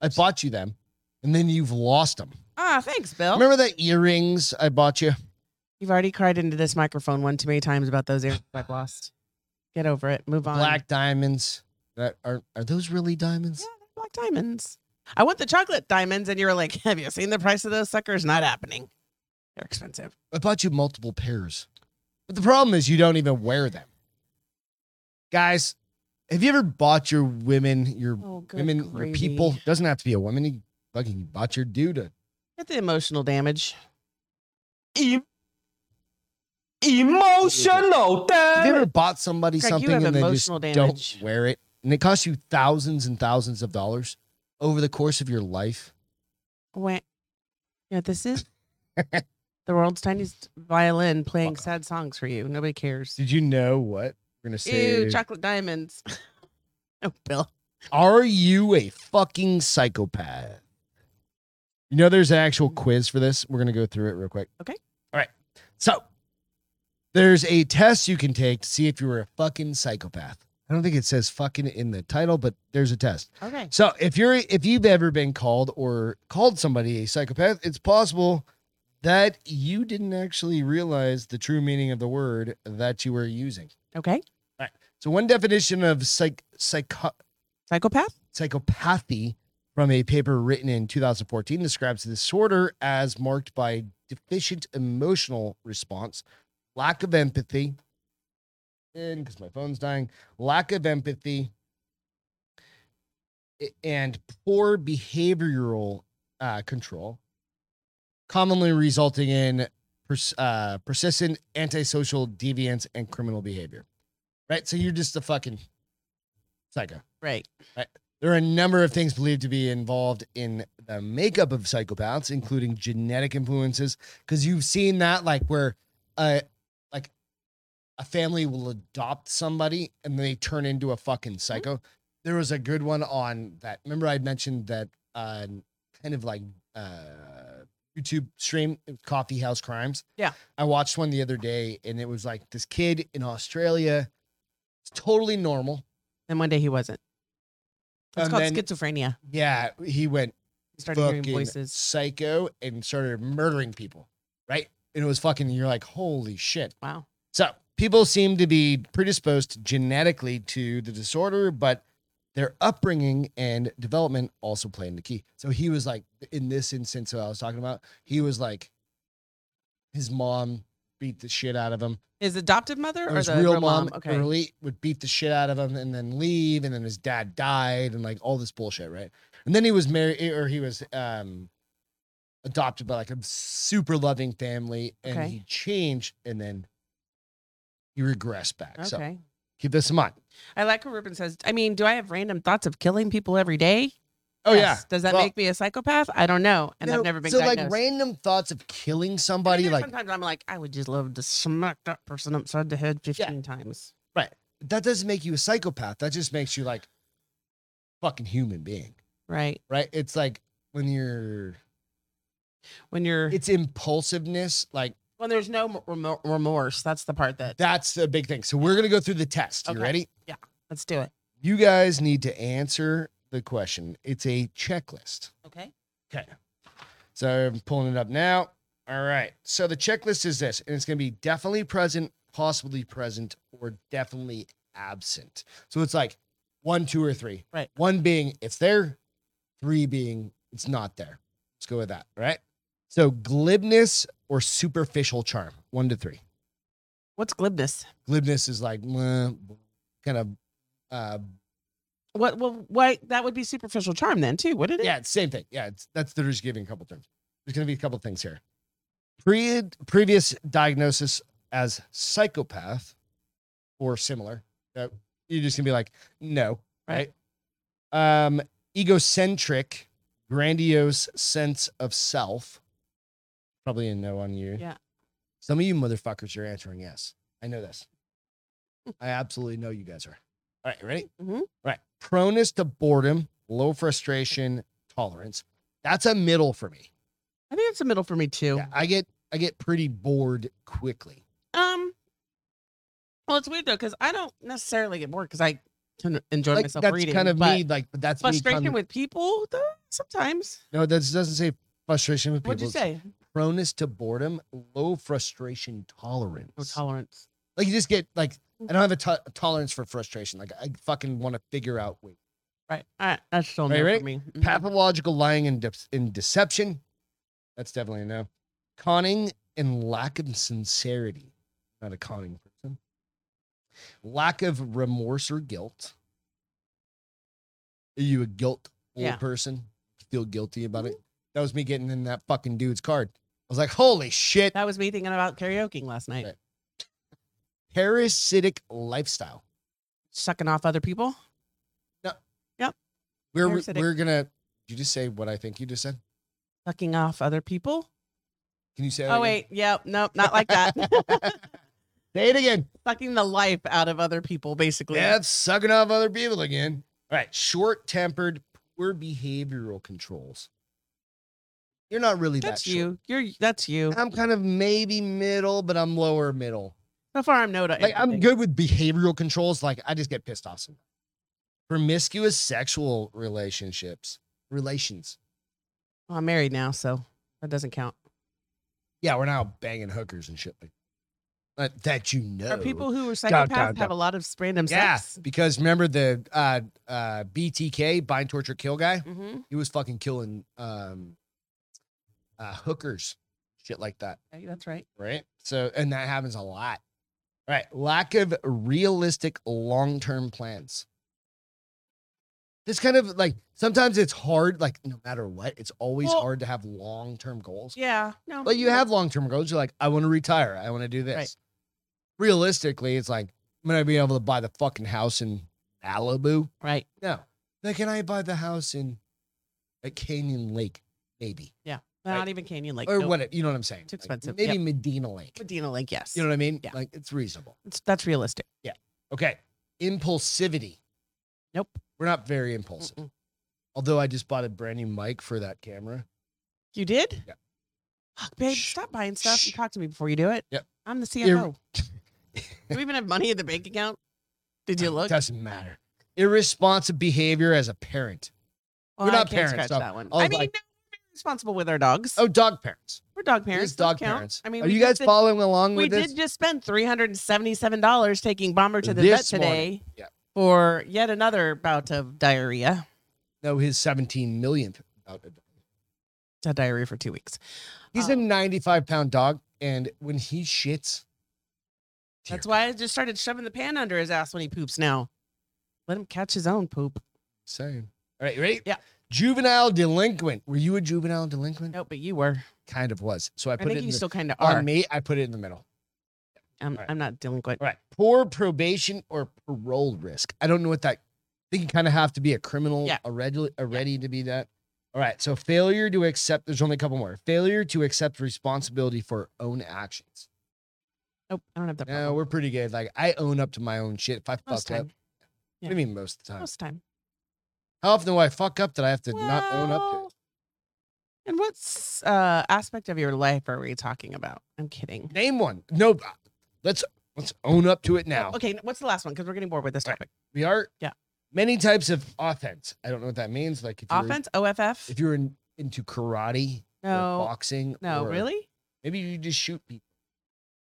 S2: I bought you them, and then you've lost them.
S1: Ah, thanks, Bill.
S2: Remember the earrings I bought you?
S1: You've already cried into this microphone one too many times about those earrings I've lost. Get over it. Move on.
S2: Black diamonds. That are are those really diamonds?
S1: Yeah, they're black diamonds. I want the chocolate diamonds, and you were like, "Have you seen the price of those suckers? Not happening. They're expensive."
S2: I bought you multiple pairs. But the problem is you don't even wear them. Guys, have you ever bought your women, your
S1: Oh, good.
S2: women, your people? Doesn't have to be a woman. You fucking bought your dude a
S1: Get the emotional damage.
S2: E-,
S1: emotional
S2: Have you ever
S1: damage.
S2: bought somebody
S1: Greg, you
S2: something
S1: have
S2: and they just
S1: emotional damage.
S2: don't wear it, and it costs you thousands and thousands of dollars over the course of your life?
S1: Wait, you know what this is? the world's tiniest violin playing sad songs for you. Nobody cares.
S2: Did you know what we're gonna say?
S1: Ew, chocolate diamonds. oh, Bill.
S2: Are you a fucking psychopath? You know, there's an actual quiz for this. We're gonna go through it real quick.
S1: Okay.
S2: All right. So there's a test you can take to see if you were a fucking psychopath. I don't think it says fucking in the title, but there's a test.
S1: Okay.
S2: So if you're if you've ever been called or called somebody a psychopath, it's possible that you didn't actually realize the true meaning of the word that you were using.
S1: Okay.
S2: So one definition of psych, psycho,
S1: Psychopath.
S2: psychopathy from a paper written in 2014 describes the disorder as marked by deficient emotional response, lack of empathy, and because my phone's dying, lack of empathy, a- and poor behavioral uh, control, commonly resulting in pers- uh, persistent antisocial deviance and criminal behavior. Right? So you're just a fucking psycho.
S1: Right.
S2: There are a number of things believed to be involved in the makeup of psychopaths, including genetic influences, because you've seen that, like where, uh, like a family will adopt somebody and they turn into a fucking psycho. There was a good one on that. Remember, I mentioned that uh, kind of like uh, YouTube stream, Coffee House Crimes.
S1: Yeah.
S2: I watched one the other day, and it was like this kid in Australia, it's totally normal.
S1: And one day he wasn't. It's
S2: And
S1: called
S2: then-
S1: schizophrenia.
S2: Yeah, he went
S1: He started hearing
S2: fucking
S1: voices.
S2: psycho and started murdering people, right? And it was fucking, you're like, holy shit.
S1: Wow.
S2: So people seem to be predisposed genetically to the disorder, but their upbringing and development also play into key. So he was like, in this instance that I was talking about, he was like, his mom beat the shit out of him.
S1: His adoptive mother
S2: Or
S1: or
S2: his
S1: the
S2: real mom,
S1: Okay.
S2: early would beat the shit out of him and then leave, and then his dad died, and like all this bullshit, right? And then he was married, eh, or he was um adopted by like a super loving family, and
S1: Okay.
S2: he changed, and then he regressed back.
S1: Okay.
S2: So keep this in mind.
S1: I like what Ruben says. I mean, do I have random thoughts of killing people every day?
S2: Oh
S1: Yes. Does that
S2: Well-
S1: make me a psychopath? I don't know, and
S2: No,
S1: I've never been
S2: so
S1: diagnosed.
S2: like random thoughts of killing
S1: And
S2: somebody,
S1: then
S2: like
S1: sometimes I'm like, I would just love to smack that person upside the head 15 times.
S2: that doesn't make you a psychopath. That just makes you like fucking human being,
S1: Right.
S2: right? It's like when you're
S1: When you're
S2: it's impulsiveness, like.
S1: when there's no m- remo- remorse, that's the part that
S2: That's the big thing. So we're gonna go through the test. You
S1: Okay.
S2: ready?
S1: let's do it.
S2: You guys need to answer the question. It's a checklist.
S1: Okay.
S2: Okay. So I'm pulling it up now. All right. So the checklist is this, and it's gonna be definitely present, possibly present, or definitely absent. So it's like one, two, or three.
S1: Right.
S2: One being it's there, three being it's not there. Let's go with that. All right. So glibness or superficial charm, one to three.
S1: What's glibness?
S2: glibness is like meh, kind of uh
S1: What? Well, why? That would be superficial charm then too, wouldn't it?
S2: yeah it's same thing yeah it's that's they're just giving a couple terms there's gonna be a couple things here pre previous diagnosis as psychopath or similar Uh, you're just gonna be like no right,
S1: Right.
S2: um egocentric grandiose sense of self probably a no on you
S1: Yeah.
S2: some of you motherfuckers are answering yes i know this i absolutely know you guys are all right ready
S1: Mhm.
S2: right proneness to boredom low frustration tolerance that's a middle for me
S1: I think it's a middle for me too.
S2: yeah, i get i get pretty bored quickly
S1: Um. Well, it's weird though because I don't necessarily get bored because I tend to enjoy
S2: like
S1: myself
S2: that's
S1: reading.
S2: kind of
S1: but
S2: me like but that's
S1: Frustration
S2: me kind of-
S1: with people though sometimes.
S2: no that doesn't say frustration with people
S1: What'd you
S2: it's
S1: say?
S2: proneness to boredom low frustration tolerance
S1: No tolerance.
S2: like you just get like
S1: Mm.
S2: i don't have a to- tolerance for frustration like i fucking want to figure out wait
S1: Right. All right. That's still
S2: Are you
S1: no
S2: ready?
S1: for me. Mhm.
S2: pathological lying and, de- and deception. That's definitely a no. Conning and lack of sincerity. Not a conning person. Lack of remorse or guilt. Are you a guiltful
S1: Yeah. Mm-hmm.
S2: person? Feel guilty about it? That was me getting in that fucking dude's card. I was like, holy shit.
S1: That was me thinking about karaoke last night.
S2: Right. Parasitic lifestyle.
S1: Sucking off other people.
S2: We're,
S1: Parasitic.
S2: we're gonna. Did you just say what I think you just said?
S1: Sucking off other people.
S2: Can you say that
S1: Oh wait, yeah, no, not like that.
S2: again? say it again.
S1: Sucking the life out of other people, basically.
S2: Yeah, it's sucking off other people again. All right, short tempered, poor behavioral controls. You're not really
S1: that's
S2: that
S1: you. You're that's you.
S2: short. I'm kind of maybe middle, but I'm lower middle.
S1: So far, I'm no to
S2: Like I'm
S1: everything.
S2: good with behavioral controls. Like I just get pissed off sometimes. Promiscuous sexual relationships, relations.
S1: Well, I'm married now, so that doesn't count.
S2: Yeah, we're now banging hookers and shit like not that. You know,
S1: Are people who are
S2: Oh. Down, down,
S1: psychopaths have
S2: down.
S1: a lot of random
S2: Yeah,
S1: sex?
S2: because remember the uh, uh, BTK, bind, torture, kill guy.
S1: Mm-hmm.
S2: He was fucking killing um uh hookers, shit like that,
S1: that's right.
S2: right? So and that happens a lot. All right, lack of realistic long-term plans. This kind of like sometimes it's hard, like no matter what, it's always
S1: Well-
S2: hard to have long-term goals.
S1: Yeah. No.
S2: But you have long-term goals. You're like, I want to retire. I want to do this.
S1: Right.
S2: Realistically, it's like I'm gonna be able to buy the fucking house in Malibu.
S1: right.
S2: No. Like, can I buy the house in at Canyon Lake? Maybe.
S1: Not
S2: Right.
S1: even Canyon Lake.
S2: or
S1: nope.
S2: what? You know what I'm saying?
S1: Too
S2: Like,
S1: expensive.
S2: maybe Medina Lake.
S1: Medina Lake. Yes.
S2: You know what I mean?
S1: Yeah.
S2: Like, it's reasonable.
S1: It's- that's realistic.
S2: Okay. Impulsivity.
S1: Nope.
S2: We're not very impulsive.
S1: Mm-mm.
S2: Although I just bought a brand new mic for that camera.
S1: You did?
S2: Yeah.
S1: Fuck, babe,
S2: Shh.
S1: stop buying stuff and
S2: Shh.
S1: talk to me before you do it.
S2: Yep.
S1: I'm the
S2: You're-
S1: CFO. do we even have money in the bank account? Did you
S2: It
S1: look?
S2: doesn't matter. Irresponsive behavior as a parent.
S1: Well,
S2: We're
S1: I
S2: not
S1: can't
S2: parents,
S1: Scratch
S2: so
S1: that one.
S2: I
S1: I
S2: was
S1: mean,
S2: like-
S1: no, we're responsible with our dogs.
S2: Oh, dog parents.
S1: We're We're dog
S2: It
S1: parents.
S2: is dog
S1: those count.
S2: parents.
S1: I mean,
S2: are
S1: we
S2: you
S1: just
S2: guys
S1: did-
S2: following along
S1: We
S2: with
S1: did
S2: this?
S1: just spend three hundred and seventy-seven dollars taking Bomber to the vet
S2: This
S1: today
S2: morning, yeah.
S1: for yet another bout of diarrhea.
S2: No, his 17 millionth. bout of-
S1: Had diarrhea for two weeks.
S2: He's
S1: Oh.
S2: a 95 pound dog, and when he shits, dear
S1: That's why I just started shoving the pan under his ass when he poops now. Let him catch his own poop.
S2: Same. All right, you ready?
S1: Yeah.
S2: Juvenile delinquent. Were you a juvenile delinquent?
S1: Nope, but you were.
S2: Kind of was. So I
S1: I
S2: put it
S1: think
S2: in
S1: you
S2: the,
S1: still kind of are.
S2: on me. I put it in the middle.
S1: I'm,
S2: Alright.
S1: I'm not delinquent.
S2: All right. Poor probation or parole risk. I don't know what that. I think you kind of have to be a criminal
S1: Yeah.
S2: already, already to be that. All right. So failure to accept. There's only a couple more. Failure to accept responsibility for own actions.
S1: Nope, I don't have that problem.
S2: No, we're pretty good. Like I own up to my own shit. If I
S1: Uh-huh. most
S2: fuck up,
S1: time. yeah.
S2: what do you mean most of the time?
S1: Most time.
S2: How often do I fuck up that I have to not own up to? it?
S1: Well, And what's uh, aspect of your life are we talking about? I'm kidding.
S2: Name one. No, uh, let's let's own up to it now.
S1: Oh, okay, what's the last one? Because we're getting bored with this
S2: Alright.
S1: topic.
S2: We are.
S1: Yeah.
S2: Many types of offense. I don't know what that means. Like if
S1: Offense, OFF.
S2: you're if you're in, into karate, or
S1: No,
S2: boxing,
S1: no,
S2: or
S1: really?
S2: Maybe you just shoot people.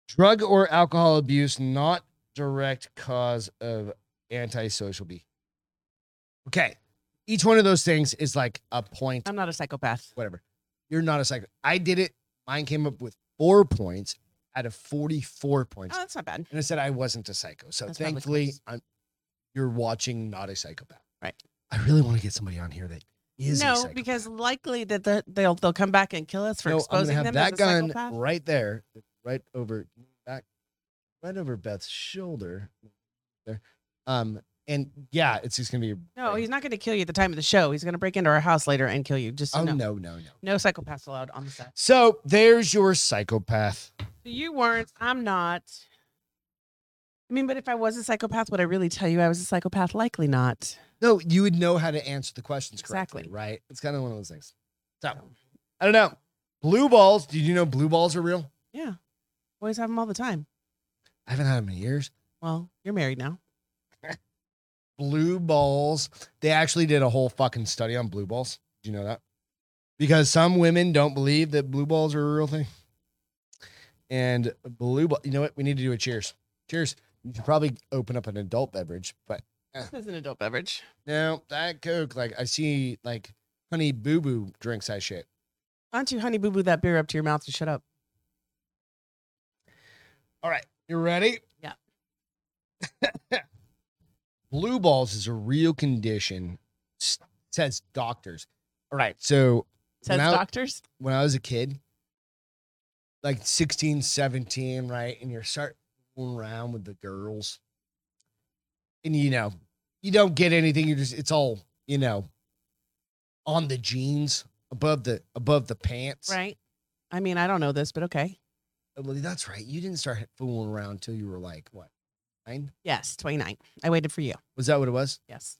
S2: Drug or alcohol abuse, not direct cause of antisocial behavior. Okay, each one of those things is like a point.
S1: I'm not a psychopath.
S2: Whatever. You're not a psycho. I did it. Mine came up with four points out of forty-four points.
S1: Oh, that's not bad.
S2: And I said I wasn't a psycho. So
S1: That's probably
S2: thankfully,
S1: close.
S2: I'm, you're watching not a psychopath.
S1: Right.
S2: I really want to get somebody on here that is a
S1: No,
S2: psychopath.
S1: because likely that the, they'll they'll come back and kill us for
S2: No, I'm
S1: exposing
S2: gonna have
S1: them as
S2: that
S1: a
S2: gun
S1: psychopath.
S2: right there, right over back, right over Beth's shoulder. There. Um. And yeah, it's just gonna be.
S1: No, he's not going to kill you at the time of the show. He's going to break into our house later and kill you. Just so
S2: Oh
S1: you know.
S2: no no no.
S1: no psychopaths allowed on the set.
S2: So there's your psychopath.
S1: So you weren't. I'm not. I mean, but if I was a psychopath, would I really tell you I was a psychopath? Likely not.
S2: No, you would know how to answer the questions correctly,
S1: Exactly.
S2: right? It's kind of one of those things. So I don't know. Blue balls. Did you know blue balls are real?
S1: Yeah. Boys have them all the time.
S2: I haven't had them in years.
S1: Well, you're married now.
S2: blue balls. They actually did a whole fucking study on blue balls. Do you know that? Because some women don't believe that blue balls are a real thing. And blue ball, you know what? We need to do a cheers. Cheers. You should probably open up an adult beverage, but
S1: This is an adult beverage.
S2: no, that Coke, like I see like honey boo boo drinks that shit.
S1: Aren't you, honey boo boo, that beer up to your mouth and shut up?
S2: All right. You ready?
S1: Yeah.
S2: Blue balls is a real condition, s- says doctors. All right. So
S1: Says
S2: Now-
S1: doctors.
S2: when I was a kid, like 16, 17, right? And you're starting around with the girls. And you know, you don't get anything. You just it's all, you know, on the jeans, above the above the pants. Oh,
S1: Right. I mean, I don't know this, but okay.
S2: Well, that's right. You didn't start fooling around until you were like what? Nine?
S1: Yes, 29. I waited for you.
S2: Was that what it was?
S1: Yes.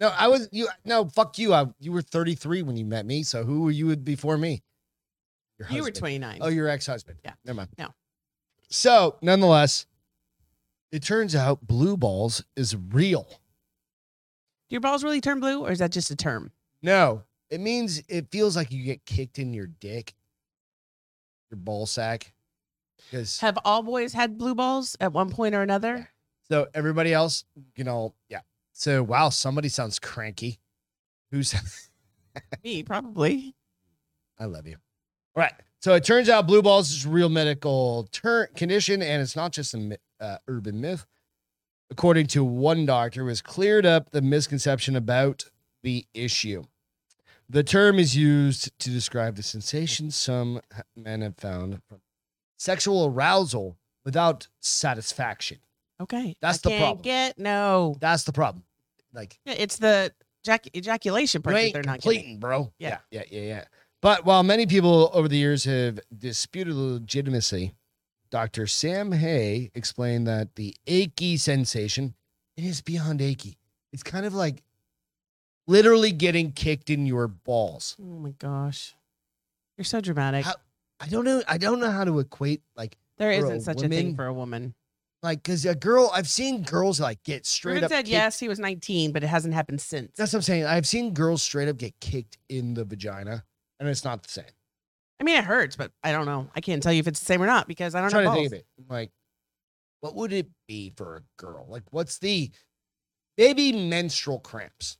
S2: No, I was you no, fuck you. I you were 33 when you met me. So who were you before me? Your
S1: You were
S2: husband.
S1: 29.
S2: Oh, your ex husband.
S1: Yeah.
S2: Never mind.
S1: No.
S2: So, nonetheless, it turns out blue balls is real.
S1: Do your balls really turn blue or is that just a term?
S2: No, it means it feels like you get kicked in your dick, your ball sack. Because
S1: Have all boys had blue balls at one point or another?
S2: so everybody else, you know, yeah. So, wow, somebody sounds cranky. Who's
S1: Me, probably.
S2: I love you. All right. So it turns out blue balls is a real medical ter- condition, and it's not just a mi- uh, urban myth. According to one doctor, it was cleared up the misconception about the issue. The term is used to describe the sensation some h- men have found from sexual arousal without satisfaction.
S1: Okay.
S2: That's
S1: I
S2: the
S1: can't
S2: problem.
S1: Get no.
S2: That's the problem. Like
S1: Yeah, It's the ejac- ejaculation part
S2: you
S1: that
S2: ain't
S1: they're not getting.
S2: completing, bro.
S1: Yeah.
S2: yeah, yeah, yeah, yeah. But while many people over the years have disputed the legitimacy, Dr. Sam Hay explained that the achy sensation it is beyond achy. It's kind of like literally getting kicked in your balls.
S1: Oh my gosh, you're so dramatic.
S2: How- I don't know. I don't know how to equate like
S1: there
S2: for a
S1: isn't such a
S2: woman,
S1: thing for a woman.
S2: like because a girl. I've seen girls like get straight
S1: Ruben
S2: up.
S1: said
S2: kicked-
S1: yes, he was 19, but it hasn't happened since.
S2: That's what I'm saying. I've seen girls straight up get kicked in the vagina, and it's not the same.
S1: I mean, it hurts, but I don't know. I can't tell you if it's the same or not because I
S2: I'm
S1: don't
S2: trying
S1: know.
S2: to think of
S1: both.
S2: it. Like, what would it be for a girl? Like, what's the maybe menstrual cramps?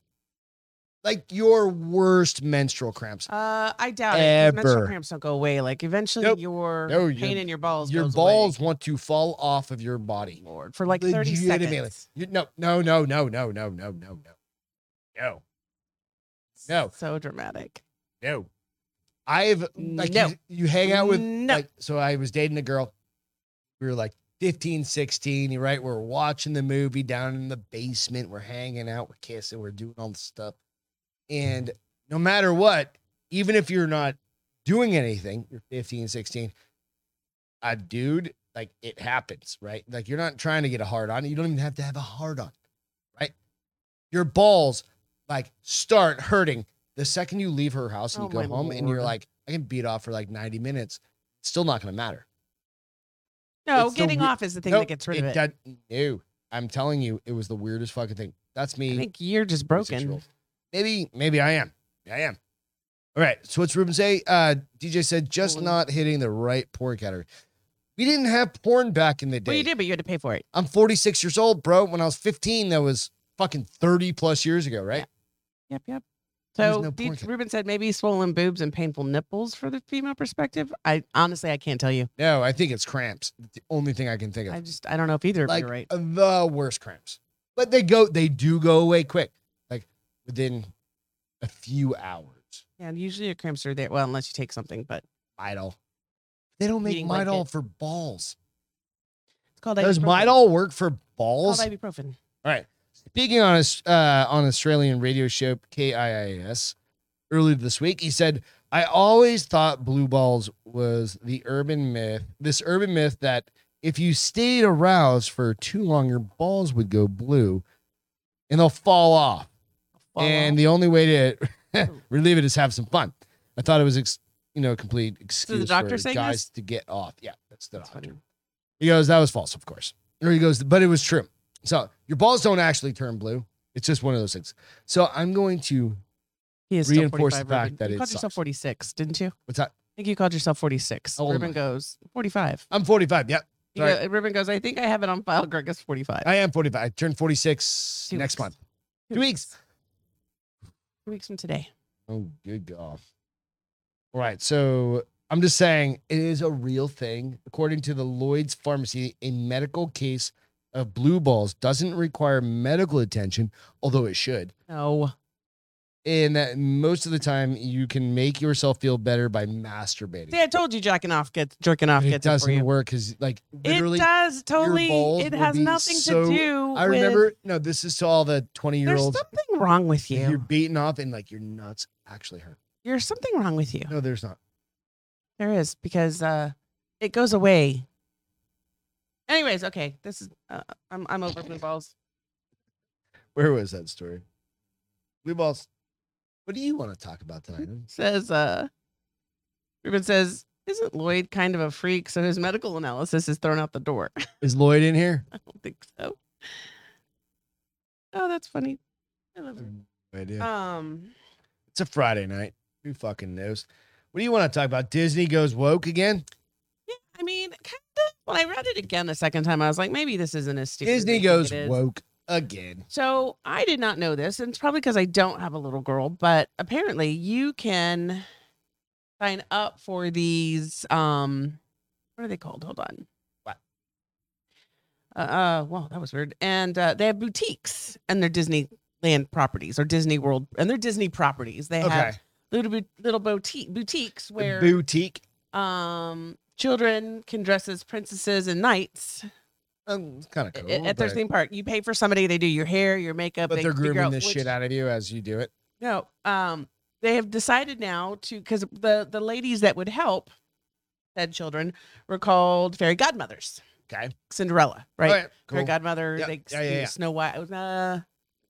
S2: Like your worst menstrual cramps.
S1: Uh, I doubt it. 'cause Menstrual
S2: Ever.
S1: cramps don't go away. Like eventually,
S2: Nope.
S1: your
S2: No,
S1: pain
S2: your-
S1: in your balls,
S2: Your
S1: goes
S2: balls want to fall off of your body.
S1: away, Lord, for like thirty
S2: Legitimately.
S1: seconds.
S2: You, no, no, no, no, no, no, no, no, no, no, No.
S1: so dramatic.
S2: no. I've like
S1: No.
S2: you, you hang out with
S1: no.
S2: like so I was dating a girl. We were like 15, 16, you're right. We're watching the movie down in the basement. We're hanging out, we're kissing, we're doing all this stuff. And no matter what, even if you're not doing anything, you're 15, 16, a dude, like it happens, right? Like you're not trying to get a hard on. You don't even have to have a hard on, right? Your balls like start hurting the second you leave her house and
S1: Oh,
S2: you go
S1: my
S2: home and you're
S1: lord.
S2: like, I can beat off for like 90 minutes. It's still not going to matter.
S1: no,
S2: it's the
S1: getting
S2: we-
S1: off is the thing
S2: Nope,
S1: that gets rid of it.
S2: doesn't- no, I'm telling you, it was the weirdest fucking thing. That's me.
S1: I think you're just broken.
S2: 26-year-old. Maybe, maybe I am. I am. All right. So what's Ruben say? Uh, DJ said just
S1: Porn.
S2: not hitting the right porn category. We didn't have porn back in the day.
S1: Well, you did, but you had to pay for it.
S2: I'm 46 years old, bro. When I was 15, that was fucking 30 plus years ago, right?
S1: Yep, yep.
S2: There was
S1: So
S2: no
S1: Deej-
S2: porn kit.
S1: Ruben said maybe swollen boobs and painful nipples for the female perspective. I honestly I can't tell you.
S2: No, I think it's cramps. It's the only thing I can think of.
S1: I just I don't know if either of
S2: like uh
S1: you are right.
S2: the worst cramps. But they go, they do go away quick, like within a few hours.
S1: Yeah, usually your cramps are there. Well, unless you take something, but
S2: Midol. They don't make
S1: Eating like
S2: Midol
S1: it.
S2: for balls.
S1: it's called
S2: Does
S1: ibuprofen.
S2: Midol work for
S1: It's
S2: balls?
S1: called ibuprofen.
S2: All right. Speaking on us uh, on Australian radio show KIIS earlier this week, he said, "I always thought blue balls was the urban myth. This urban myth that if you stayed aroused for too long, your balls would go blue, and they'll fall off. and eh, the only way to relieve it is have some fun. I thought it was, ex- you know, a complete excuse
S1: doctor
S2: for
S1: saying
S2: guys
S1: this?
S2: to get off. Yeah, that's the
S1: That's
S2: doctor.
S1: funny.
S2: He goes, that was false, of course. Or he goes, but it was true. So your balls don't actually turn blue. It's just one of those things. So I'm going to
S1: He is
S2: Reinforce the
S1: still 45,
S2: fact
S1: Ruben.
S2: that
S1: you
S2: it
S1: called yourself
S2: sucks.
S1: 46, didn't you? I
S2: what's that?
S1: think you called yourself 46.
S2: How old am
S1: Ruben
S2: I?
S1: goes 45.
S2: I'm 45. Yep.
S1: He
S2: Sorry.
S1: go- Ruben goes, I think I have it on file. Greg is 45.
S2: I am 45. I turned 46
S1: Two
S2: next
S1: weeks.
S2: month. Two weeks.
S1: Two weeks from today.
S2: Oh, good God. All right. So I'm just saying it is a real thing. According to the Lloyd's Pharmacy, a medical case of blue balls doesn't require medical attention, although it should.
S1: No.
S2: And that most of the time you can make yourself feel better by masturbating.
S1: See, I told you jacking off gets jerking off
S2: But it
S1: gets it for
S2: doesn't
S1: you.
S2: work because like
S1: It
S2: literally
S1: does totally.
S2: balls
S1: It
S2: will
S1: has
S2: be
S1: nothing
S2: so-
S1: to do.
S2: i
S1: with-
S2: remember no this is to all the 20 year
S1: There's
S2: olds
S1: something wrong with you.
S2: you're
S1: You're,
S2: beaten off and like your nuts actually hurt
S1: something wrong with you.
S2: no there's not
S1: There is because uh, it goes away. Anyways, okay. This is uh, I'm I'm over blue balls.
S2: where was that story blue balls what do you want to talk about tonight
S1: says uh Ruben says, Isn't Lloyd kind of a freak? So his medical analysis is thrown out the door. I
S2: is lloyd in here
S1: don't think so. Oh, that's funny. I love
S2: Mm,
S1: it.
S2: idea.
S1: Um
S2: it's a friday night who fucking knows what do you want to talk about disney goes woke again
S1: yeah, I mean, kind of when I read it again the second time, I was like, maybe this isn't as stupid. as I
S2: disney
S1: think
S2: goes
S1: it is.
S2: woke again
S1: So I did not know this, and it's probably because I don't have a little girl, but apparently you can sign up for these um what are they called? Hold on.
S2: What?
S1: Uh, uh well, that was weird. And uh, they have boutiques and they're Disneyland properties or Disney World and they're Disney properties. They
S2: okay
S1: have little bo- little boutique boutiques where
S2: boutique
S1: um children can dress as princesses and knights
S2: um, it's kind of
S1: i-
S2: cool
S1: at their
S2: but-
S1: theme park. You pay for somebody, they do your hair, your makeup,
S2: but
S1: they
S2: they're
S1: figure
S2: grooming
S1: out
S2: the
S1: which-
S2: shit out of you as you do it
S1: No, um, they have decided now to because the the ladies that would help said children were called fairy godmothers.
S2: Okay.
S1: Cinderella, right?
S2: All Oh, cool.
S1: Fairy godmother,
S2: Yeah,
S1: they,
S2: yeah, yeah,
S1: do
S2: yeah.
S1: Snow White. Uh,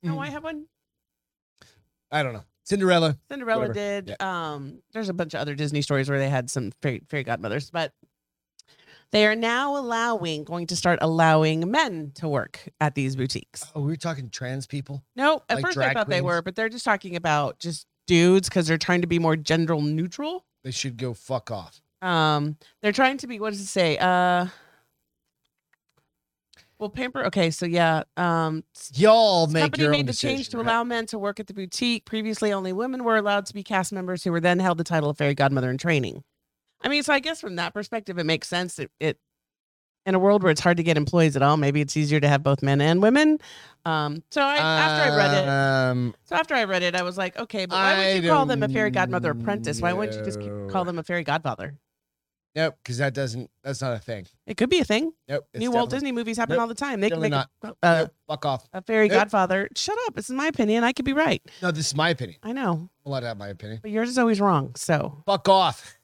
S1: Snow
S2: Mm.
S1: White had one.
S2: I don't know. Cinderella.
S1: Cinderella
S2: Whatever.
S1: did. Um, there's a bunch of other Disney stories where they had some fairy, fairy godmothers, but they are now allowing, going to start allowing men to work at these boutiques.
S2: Oh, we were talking trans people.
S1: No, at
S2: Like
S1: first I
S2: drag
S1: thought they
S2: queens?
S1: were, but they're just talking about just dudes because they're trying to be more gender neutral.
S2: They should go fuck off.
S1: Um, they're trying to be. What does it say? Uh, well, pamper. Okay, so yeah. Um, s-
S2: Y'all
S1: this
S2: make
S1: company
S2: your
S1: made
S2: own
S1: the
S2: decision.
S1: change to
S2: right?
S1: allow men to work at the boutique. Previously, only women were allowed to be cast members, who were then held the title of fairy godmother in training. I mean, so I guess from that perspective, it makes sense. It, it in a world where it's hard to get employees at all, maybe it's easier to have both men and women. Um, so I, after I read it,
S2: Um,
S1: So after I read it, I was like, okay, but why would you call them a fairy godmother
S2: don't
S1: apprentice? Why wouldn't you just keep,
S2: know.
S1: call them a fairy godfather?
S2: nope, because that doesn't. That's not a thing.
S1: It could be a thing.
S2: Nope. it's
S1: New Walt
S2: definitely-
S1: Disney movies happen
S2: Nope,
S1: all the time. They can make
S2: definitely
S1: a, a,
S2: nope, fuck off.
S1: a fairy
S2: Nope.
S1: godfather. Shut up. This is my opinion. I could be right.
S2: No, this is my opinion.
S1: I know,
S2: I'm allowed to have my opinion.
S1: but yours is always wrong. So,
S2: Fuck off.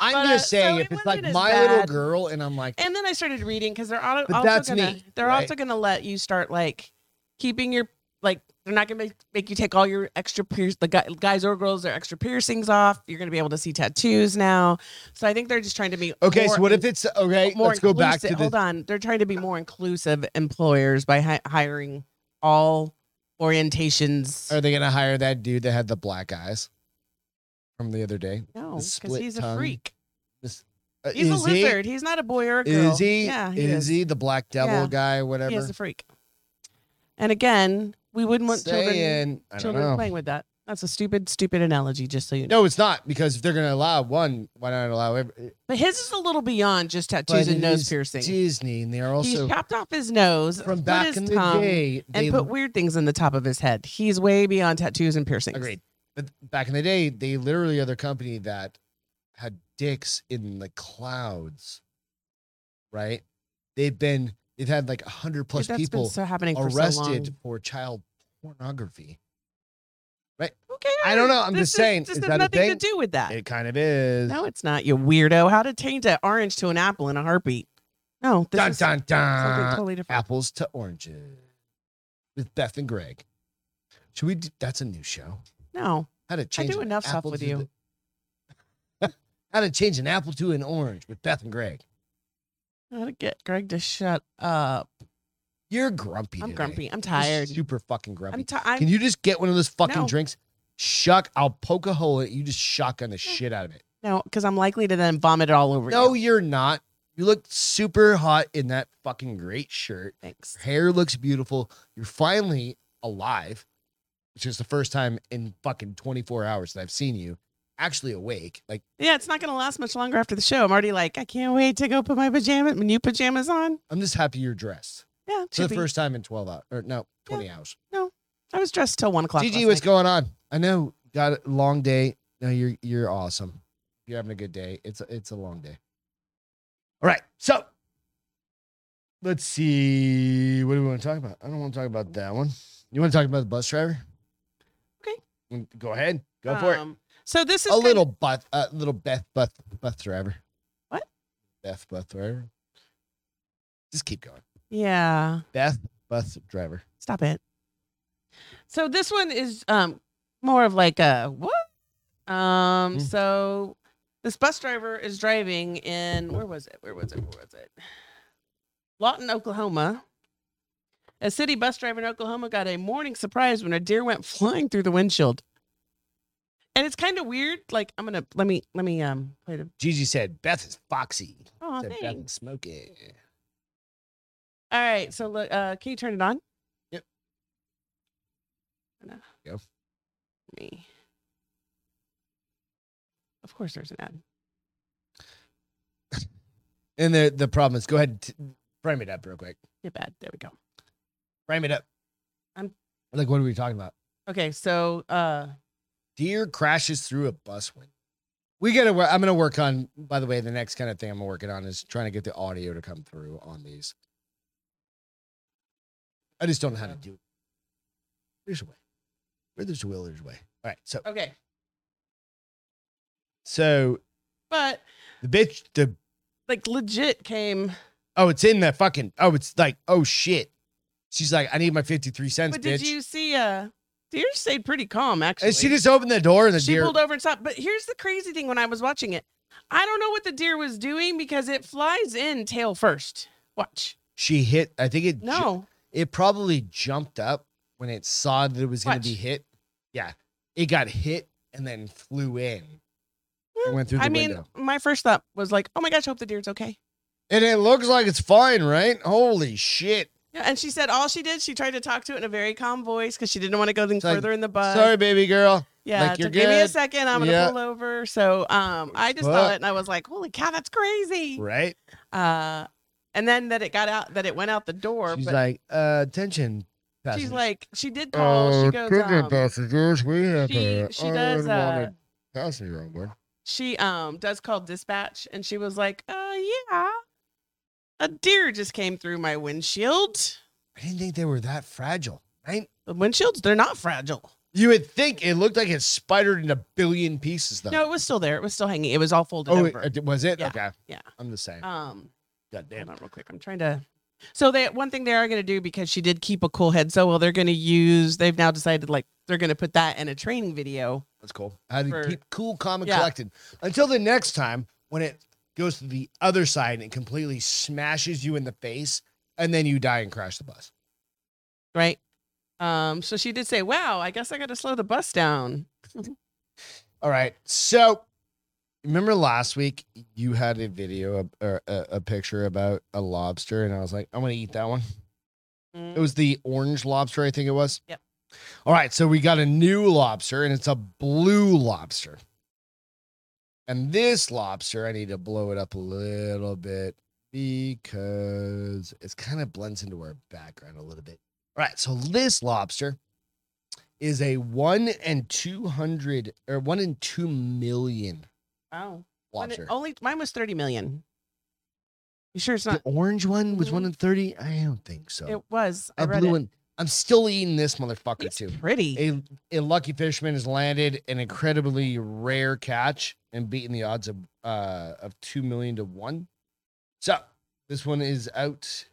S2: I'm
S1: But, uh,
S2: just saying,
S1: so
S2: if
S1: it
S2: it's like
S1: wasn't as
S2: my little
S1: bad.
S2: girl, and I'm like,
S1: and then I started reading because they're all,
S2: But
S1: also
S2: that's
S1: gonna,
S2: me,
S1: they're
S2: right?
S1: also gonna let you start like keeping your like they're not gonna make, make you take all your extra pierce the guy, guys or girls their extra piercings off. You're gonna be able to see tattoos now. So I think they're just trying to be
S2: okay,
S1: more
S2: so what if it's okay?
S1: more
S2: Let's go back to
S1: inclusive-
S2: the
S1: Hold on, they're trying to be more inclusive employers by hi- hiring all orientations.
S2: Are they gonna hire that dude that had the black eyes from the other day?
S1: no, because
S2: split
S1: he's a
S2: tongue?
S1: freak.
S2: Uh,
S1: He's a
S2: is he?
S1: lizard. He's not a boy or a girl.
S2: Is he?
S1: Yeah, he
S2: is,
S1: is.
S2: he the black devil
S1: Yeah.
S2: guy?
S1: He
S2: Whatever.
S1: is a freak. And again, we wouldn't want children
S2: Saying, I don't
S1: children
S2: know.
S1: playing with that. That's a stupid, stupid analogy. Just so you know.
S2: No, it's not because if they're gonna allow one, why not allow every? eh,
S1: But his is a little beyond just
S2: But
S1: tattoos
S2: it
S1: and nose
S2: is
S1: piercing.
S2: Disney, and they're
S1: He's
S2: also
S1: chopped off his nose
S2: from
S1: split
S2: back
S1: his
S2: in the
S1: tongue,
S2: day.
S1: and
S2: they
S1: put weird things in the top of his head. He's way beyond tattoos and piercings.
S2: agreed, but back in the day, they literally are the company that had dicks in the clouds, right? They've been they've had like a hundred plus
S1: Dude, that's
S2: people
S1: been so happening for so
S2: arrested
S1: long.
S2: for child pornography.
S1: Okay,
S2: I don't know. I'm
S1: this
S2: just
S1: is-
S2: saying,
S1: This
S2: is
S1: has
S2: that a
S1: nothing to
S2: thing?
S1: do with that.
S2: It kind of is.
S1: no, it's not. You weirdo. How to change an orange to an apple in a heartbeat? No, this
S2: dun,
S1: is
S2: dun,
S1: something
S2: dun.
S1: totally different.
S2: Apples to oranges with Beth and Greg. Should we? Do, that's a new show.
S1: No,
S2: How to change
S1: do
S2: an
S1: enough stuff
S2: apple
S1: with
S2: to
S1: you.
S2: the- How to change an apple to an orange with Beth and Greg.
S1: I gotta get Greg to shut up.
S2: You're grumpy.
S1: I'm
S2: today.
S1: grumpy. I'm
S2: You're
S1: tired.
S2: Super fucking grumpy.
S1: I'm tired.
S2: Can you just get one of those fucking
S1: No.
S2: drinks? Shuck. I'll poke a hole in it. You just shotgun the
S1: Mm.
S2: shit out of it.
S1: No, because I'm likely to then vomit it all over
S2: No,
S1: you.
S2: you're not. You look super hot in that fucking great shirt.
S1: Thanks.
S2: Your hair looks beautiful. You're finally alive, which is the first time in fucking 24 hours that I've seen you actually awake. Like,
S1: Yeah, it's not gonna last much longer after the show. I'm already like, I can't wait to go put my pajamas, my new pajamas on.
S2: I'm just happy you're dressed
S1: Yeah, it
S2: for
S1: should
S2: the
S1: be.
S2: first time in 12 hours or no, 20 hours.
S1: I was dressed till one o'clock.
S2: Gigi,
S1: last
S2: what's
S1: night.
S2: going on? I know got a long day. No, you're you're awesome. You're having a good day. It's a, it's a long day. All right, so let's see. What do we want to talk about? I don't want to talk about that one. You want to talk about the bus driver?
S1: Okay.
S2: Mm, Go ahead. Go for it.
S1: Um, So this is
S2: a
S1: kind
S2: little Beth, a little Beth, Beth, Beth driver.
S1: What?
S2: Beth, Beth driver. Just keep going.
S1: yeah.
S2: Beth, Beth driver.
S1: Stop it. So this one is um more of like a what? Um
S2: Mm.
S1: so this bus driver is driving in where was it? Where was it? Where was it? Lawton, Oklahoma. A city bus driver in Oklahoma got a morning surprise when a deer went flying through the windshield. And it's kind of weird. Like I'm gonna let me let me um play the
S2: Gigi said Beth is foxy.
S1: oh
S2: said Beth
S1: thanks.
S2: is smoky.
S1: All right, so look, uh, can you turn it on?
S2: Yep.
S1: No.
S2: Go.
S1: Me. Of course, there's an ad.
S2: And the the problem is, go ahead, and t- frame it up real quick.
S1: Get bad. There we go.
S2: Frame it up.
S1: I'm-
S2: like, what are we talking about?
S1: Okay, so uh,
S2: Deer crashes through a bus window. We gotta. wor- I'm gonna work on. By the way, the next kind of thing I'm working on is trying to get the audio to come through on these. I just don't know how to do it. There's a way. Where there's a will, there's a way. All right. So,
S1: okay,
S2: so
S1: but
S2: the bitch, the
S1: like legit came,
S2: oh, it's in the fucking. Oh, it's like oh shit. She's like, I need my 53 cents,
S1: but did
S2: bitch.
S1: you see? Uh, deer stayed pretty calm actually.
S2: and she just opened the door and the
S1: She
S2: deer.
S1: pulled over and stopped. But here's the crazy thing: when I was watching it, I don't know what the deer was doing because it flies in tail first. Watch.
S2: She hit. I think it. ju-
S1: No.
S2: it probably jumped up when it saw that it was going
S1: Watch.
S2: to be hit. Yeah, it got hit and then flew in It went through the
S1: I mean,
S2: window.
S1: my first thought was like, oh my gosh, I hope the deer's okay.
S2: And it looks like it's fine, right? Holy shit.
S1: Yeah, and she said all she did, she tried to talk to it in a very calm voice because she didn't want to go any
S2: It's like,
S1: further in the bus.
S2: Sorry, baby girl.
S1: yeah,
S2: like,
S1: it
S2: "You're
S1: took- give me a
S2: good."
S1: second, I'm gonna
S2: Yeah.
S1: pull over. So um, I just saw
S2: Fuck.
S1: it and I was like, holy cow, that's crazy.
S2: Right?
S1: Uh, and then that it got out, that it went out the door.
S2: She's
S1: but
S2: like, uh, attention.
S1: she's
S2: passengers.
S1: like, she did call.
S2: Oh,
S1: she goes,
S2: Uh, attention
S1: um,
S2: passengers, we have
S1: she
S2: a
S1: she does. Uh,
S2: unwanted passenger on board.
S1: she um does call dispatch and she was like, uh yeah. A deer just came through my windshield.
S2: I didn't think they were that fragile. Right?
S1: The windshields, they're not fragile.
S2: You would think it looked like it spidered into billion pieces, though.
S1: No, it was still there. It was still hanging. It was all folded
S2: oh,
S1: over.
S2: it, was it?
S1: Yeah,
S2: Okay.
S1: yeah.
S2: I'm the same.
S1: um
S2: God damn.
S1: hold on real quick. I'm trying to so they one thing they are gonna do because she did keep a cool head so well, they're gonna use they've now decided like they're gonna put that in a training video.
S2: That's cool. How do you
S1: For-
S2: keep cool, calm, and
S1: Yeah.
S2: collected until the next time when it goes to the other side and it completely smashes you in the face, and then you die and crash the bus.
S1: right? Um, so she did say, "Wow, I guess I got to slow the bus down."
S2: All right. So remember last week you had a video of- or a, a picture about a lobster, and I was like, I'm gonna eat that one. It was the orange lobster, I think it was.
S1: Yep.
S2: All right. So we got a new lobster, and it's a blue lobster. And this lobster, I need to blow it up a little bit because it's kind of blends into our background a little bit. All right. So this lobster is a one and 200 or one in 2 million
S1: Wow. When it-
S2: lobster.
S1: only mine was thirty million. You sure oh, it's not?
S2: the orange one was one
S1: Mhm.
S2: in 30. I don't think so.
S1: It was. I
S2: a
S1: read
S2: blue
S1: it.
S2: one. I'm still eating this motherfucker
S1: It's
S2: too.
S1: pretty.
S2: a, a lucky fisherman has landed an incredibly rare catch and beaten the odds of uh of two million to one. So this one is out.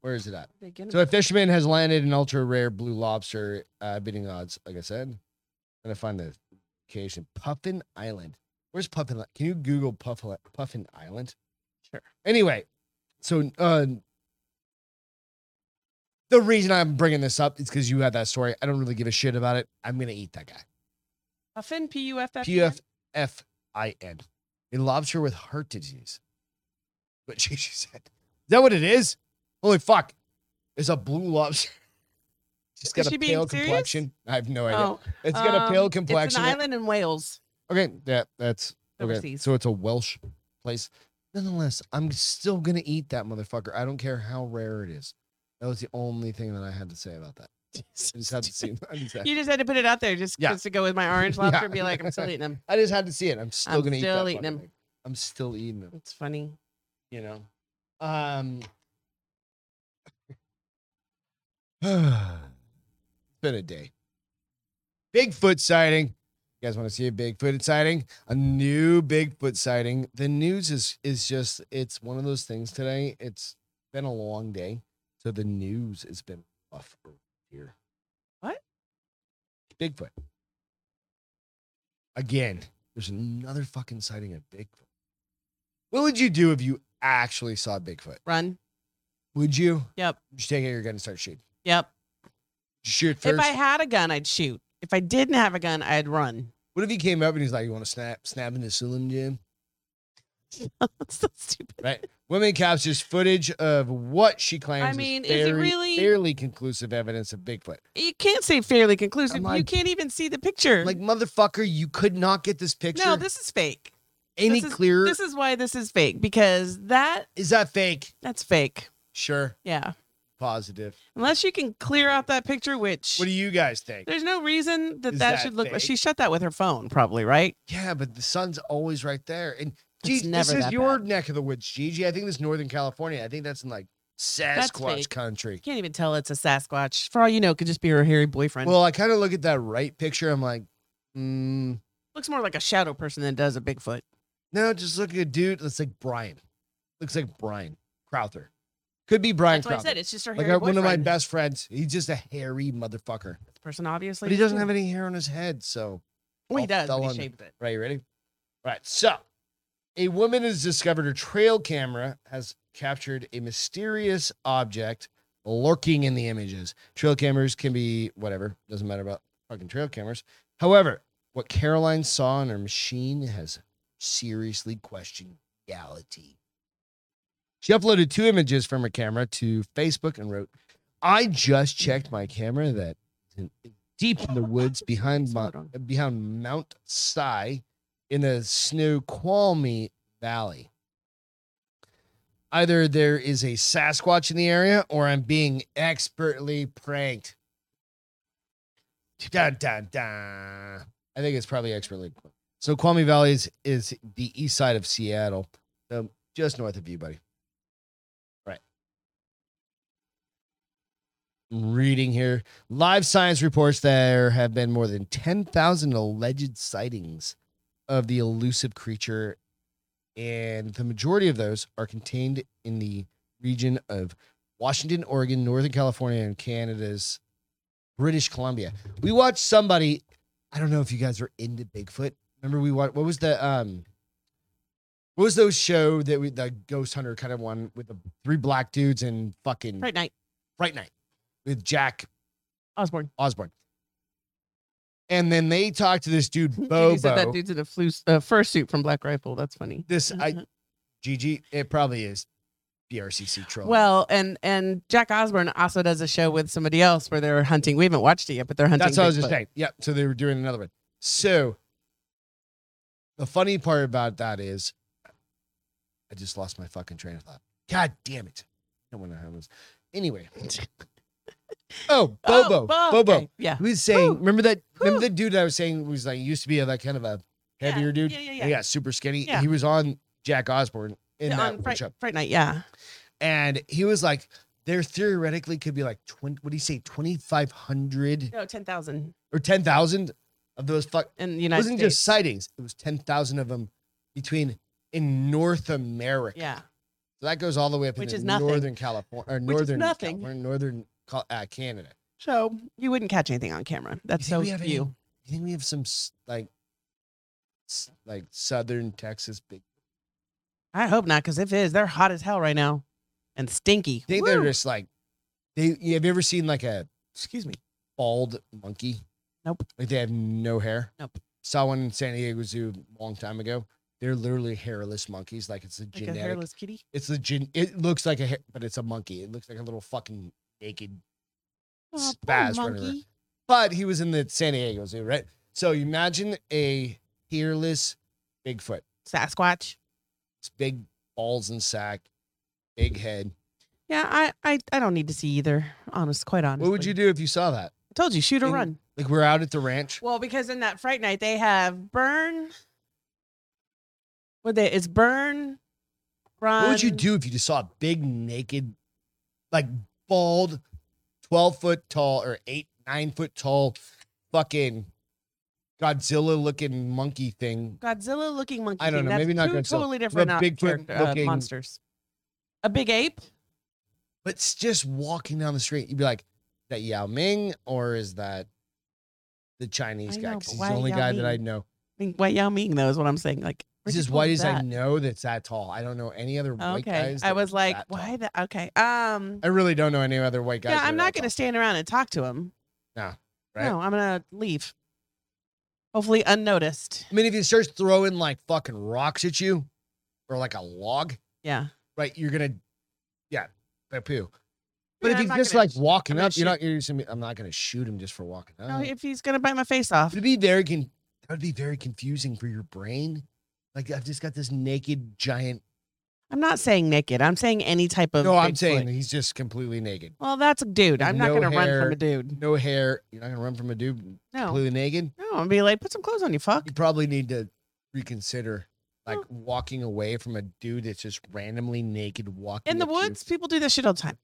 S2: Where is it at?
S1: They get
S2: So a fisherman has landed an ultra rare blue lobster, uh, beating odds. Like I said, gonna find the location. Puffin Island. Where's Puffin? Can you Google Puffin Puffin Island?
S1: Sure.
S2: Anyway, so uh, the reason I'm bringing this up is because you had that story. I don't really give a shit about it. I'm gonna eat that guy.
S1: Puffin P U F F.
S2: P F F I N. A lobster with heart disease. What she she said. Is that what it is? Holy fuck. It's a blue lobster. She's got
S1: Is
S2: a
S1: she being
S2: pale
S1: serious?
S2: complexion. I have no idea.
S1: Oh,
S2: It's got a pale
S1: um,
S2: complexion.
S1: It's an island in Wales.
S2: Okay, yeah, that's okay.
S1: Overseas.
S2: So it's a Welsh place. Nonetheless, I'm still gonna eat that motherfucker. I don't care how rare it is. That was the only thing that I had to say about that. I just had to see. I just had,
S1: You just had to put it out there just
S2: Yeah.
S1: just to go with my orange
S2: Yeah.
S1: lobster and be like, I'm still eating them.
S2: I just had to see it. I'm still
S1: I'm
S2: gonna eat
S1: still
S2: that
S1: eating
S2: fucking
S1: him.
S2: thing. I'm still eating them.
S1: It's funny.
S2: you know. Um, been a day. Bigfoot sighting. You guys want to see a Bigfoot sighting? A new Bigfoot sighting. The news is is just it's one of those things today. It's been a long day, so the news has been rough here.
S1: What?
S2: Bigfoot. Again, there's another fucking sighting of Bigfoot. What would you do if you actually saw Bigfoot?
S1: Run.
S2: Would you?
S1: Yep.
S2: Would you take out your gun and start shooting?
S1: Yep.
S2: Shoot first.
S1: If I had a gun, I'd shoot. If I didn't have a gun, I'd run.
S2: what if he came up and he's like, "You want to snap, snap into ceiling, Jim?"
S1: That's so stupid.
S2: Right? Woman captures footage of what she claims.
S1: mean,
S2: is,
S1: is it
S2: very-
S1: really-
S2: fairly conclusive evidence of Bigfoot?
S1: You can't say fairly conclusive.
S2: I'm
S1: you
S2: like-
S1: can't even see the picture.
S2: Like motherfucker, you could not get this picture Er
S1: no, this is fake.
S2: any
S1: this is-
S2: clearer.
S1: This is why this is fake because that
S2: is that fake?
S1: that's fake.
S2: Sure,
S1: Yeah.
S2: positive.
S1: Unless you can clear out that picture, which
S2: What do you guys think?
S1: there's no reason that
S2: Is
S1: that,
S2: that
S1: should look.
S2: fake?
S1: She shut that with her phone, probably, right?
S2: Yeah, but the sun's always right there, and
S1: It's
S2: Gigi, this
S1: never
S2: is
S1: that
S2: your neck of the woods, Gigi. I think this is Northern California. I think that's in like Sasquatch
S1: fake.
S2: country.
S1: You can't even tell it's a Sasquatch. For all you know, it could just be her hairy boyfriend.
S2: Well, I kind of look at that right picture. I'm like, mm,
S1: Looks more like a shadow person than it does a Bigfoot.
S2: no, just look at a dude. Looks like Brian. Looks like Brian Crowther. Could be Brian
S1: That's what I
S2: Crowther.
S1: said. It's just her
S2: Like
S1: hairy
S2: uh, one of my
S1: boyfriend.
S2: best friends. He's just a hairy motherfucker,
S1: person, obviously.
S2: but he doesn't have any hair on his head. So,
S1: Well, he
S2: all
S1: does.
S2: fell
S1: But he
S2: on-
S1: shaved it.
S2: right, you ready? All right. So, a woman has discovered her trail camera has captured a mysterious object lurking in the images. Trail cameras can be whatever. Doesn't matter about fucking trail cameras. However, what Caroline saw on her machine has seriously question reality. She uploaded two images from her camera to Facebook and wrote, I just checked my camera that deep in the woods behind my,
S1: Hold on.
S2: behind Mount Si in the Snoqualmie Valley. Either there is a Sasquatch in the area or I'm being expertly pranked. Dun, dun, dun. I think it's probably expertly pranked. Snoqualmie Valley is, is the east side of Seattle, so just north of you, buddy. Right. I'm reading here. Live science reports there have been more than 10,000 alleged sightings of the elusive creature, and the majority of those are contained in the region of Washington, Oregon, Northern California, and Canada's British Columbia. We watched somebody, I don't know if you guys are into Bigfoot. Remember we watched, what was the, um, what was those show that we, the ghost hunter kind of one with the three black dudes and fucking
S1: Right night.
S2: Fright Night with Jack
S1: Osborne.
S2: Osborne. And then they talked to this dude
S1: Bobo.
S2: Bobo.
S1: said that dude's in a flu uh, fursuit from Black Rifle. That's funny.
S2: This I
S1: Mm-hmm.
S2: GG. It probably is BRCC troll.
S1: Well, and and Jack Osborne also does a show with somebody else where they're hunting. We haven't watched it yet, but they're hunting.
S2: that's what I was just
S1: Bigfoot.
S2: saying. Yeah. So they were doing another one. So the funny part about that is, I just lost my fucking train of thought. God damn it! I don't want to have this. Anyway.
S1: Oh,
S2: oh, Bobo,
S1: Bo-
S2: Bobo.
S1: okay, Yeah.
S2: He was saying,
S1: Whew.
S2: remember that? Remember
S1: Whew.
S2: the dude I was saying was like used to be that kind of a
S1: Yeah,
S2: heavier dude.
S1: yeah, yeah,
S2: and
S1: yeah.
S2: He got super skinny.
S1: Yeah.
S2: He was on Jack Osborne in
S1: Yeah,
S2: that
S1: on
S2: one
S1: Fright,
S2: show,
S1: Fright Night, yeah.
S2: and he was like, there theoretically could be like twenty. What do you say, twenty five hundred
S1: No, ten thousand
S2: or ten thousand of those fuck?
S1: in the
S2: It
S1: United
S2: wasn't
S1: States.
S2: just sightings. It was ten thousand of them between in North America.
S1: yeah,
S2: So that goes all the way up
S1: Which
S2: into
S1: is nothing.
S2: northern California or
S1: is
S2: northern
S1: nothing.
S2: California, northern Cal- uh, Canada.
S1: so you wouldn't catch anything on camera. That's
S2: think
S1: so
S2: we have any-
S1: few.
S2: You think we have some s- like s- like southern Texas big?
S1: I hope not, because if it is, they're hot as hell right now, and stinky.
S2: I think they're
S1: Woo!
S2: just like they. you- Have you ever seen like a
S1: Excuse me.
S2: bald monkey?
S1: Nope.
S2: Like they have no hair.
S1: Nope.
S2: Saw one in San Diego Zoo a long time ago. They're literally hairless monkeys. Like it's a
S1: Like
S2: genetic.
S1: a hairless kitty.
S2: it's a gen. It looks like a hair, but it's a monkey. It looks like a little fucking naked.
S1: Aw, poor
S2: Spaz running around.
S1: monkey.
S2: But he was in the San Diego Zoo, right? So you imagine a hairless Bigfoot.
S1: Sasquatch.
S2: It's big balls and sack, big head.
S1: Yeah, I, I, I don't need to see either. Honest, quite honestly.
S2: What would you do if you saw that?
S1: I told you, shoot or
S2: in-
S1: run.
S2: Like we're out at the ranch.
S1: Well, because in that Fright Night they have burn. What they? It's burn. Run.
S2: What would you do if you just saw a big naked, like bald, twelve foot tall or eight nine foot tall, fucking Godzilla looking monkey thing?
S1: Godzilla looking monkey.
S2: I don't
S1: thing.
S2: know,
S1: That's
S2: maybe not
S1: two
S2: Godzilla,
S1: Totally different.
S2: but
S1: uh,
S2: Bigfoot
S1: character- uh,
S2: looking-
S1: monsters. A big ape.
S2: But it's just walking down the street, you'd be like, "Is that Yao Ming or is that the Chinese
S1: I
S2: guy?
S1: know, but
S2: Because he's
S1: why
S2: the only
S1: Yao
S2: guy that I
S1: Ming?
S2: know.
S1: I mean, White Yao Ming though is what I'm saying. Like
S2: This
S1: where'd
S2: is
S1: you
S2: why
S1: pull
S2: does I
S1: that?
S2: know that's that tall. I don't know any other white
S1: Okay,
S2: guys.
S1: I
S2: that
S1: was
S2: are
S1: like,
S2: that tall.
S1: why the? Okay, um.
S2: I really don't know any other white guys.
S1: Yeah,
S2: that
S1: I'm
S2: are
S1: not
S2: that
S1: going to stand around and talk to him.
S2: No, right?
S1: No, I'm going to leave. Hopefully unnoticed.
S2: I mean, if he starts throwing like fucking rocks at you or like a log,
S1: Yeah.
S2: right, you're gonna, yeah, poo poo. But
S1: Yeah,
S2: if
S1: I'm
S2: he's
S1: not
S2: just
S1: gonna
S2: like walking
S1: I'm gonna
S2: up, you're not. You're just gonna be, I'm not gonna shoot him just for walking up.
S1: No, Oh, if he's going to bite my face off.
S2: It'd be very con- that would be very confusing for your brain. Like I've just got this naked giant.
S1: I'm not saying naked. I'm saying any type of.
S2: No, I'm
S1: Bigfoot.
S2: saying he's just completely naked,
S1: Well, that's a dude.
S2: With
S1: I'm not
S2: no
S1: going to run
S2: hair.
S1: from a dude.
S2: no hair. You're not gonna run from a dude
S1: No.
S2: completely naked.
S1: No, I'm going to be like, put some clothes on you, fuck.
S2: You probably need to reconsider. Like
S1: Well-
S2: walking away from a dude that's just randomly naked walking
S1: In the
S2: up to you.
S1: woods, people do this shit all the time.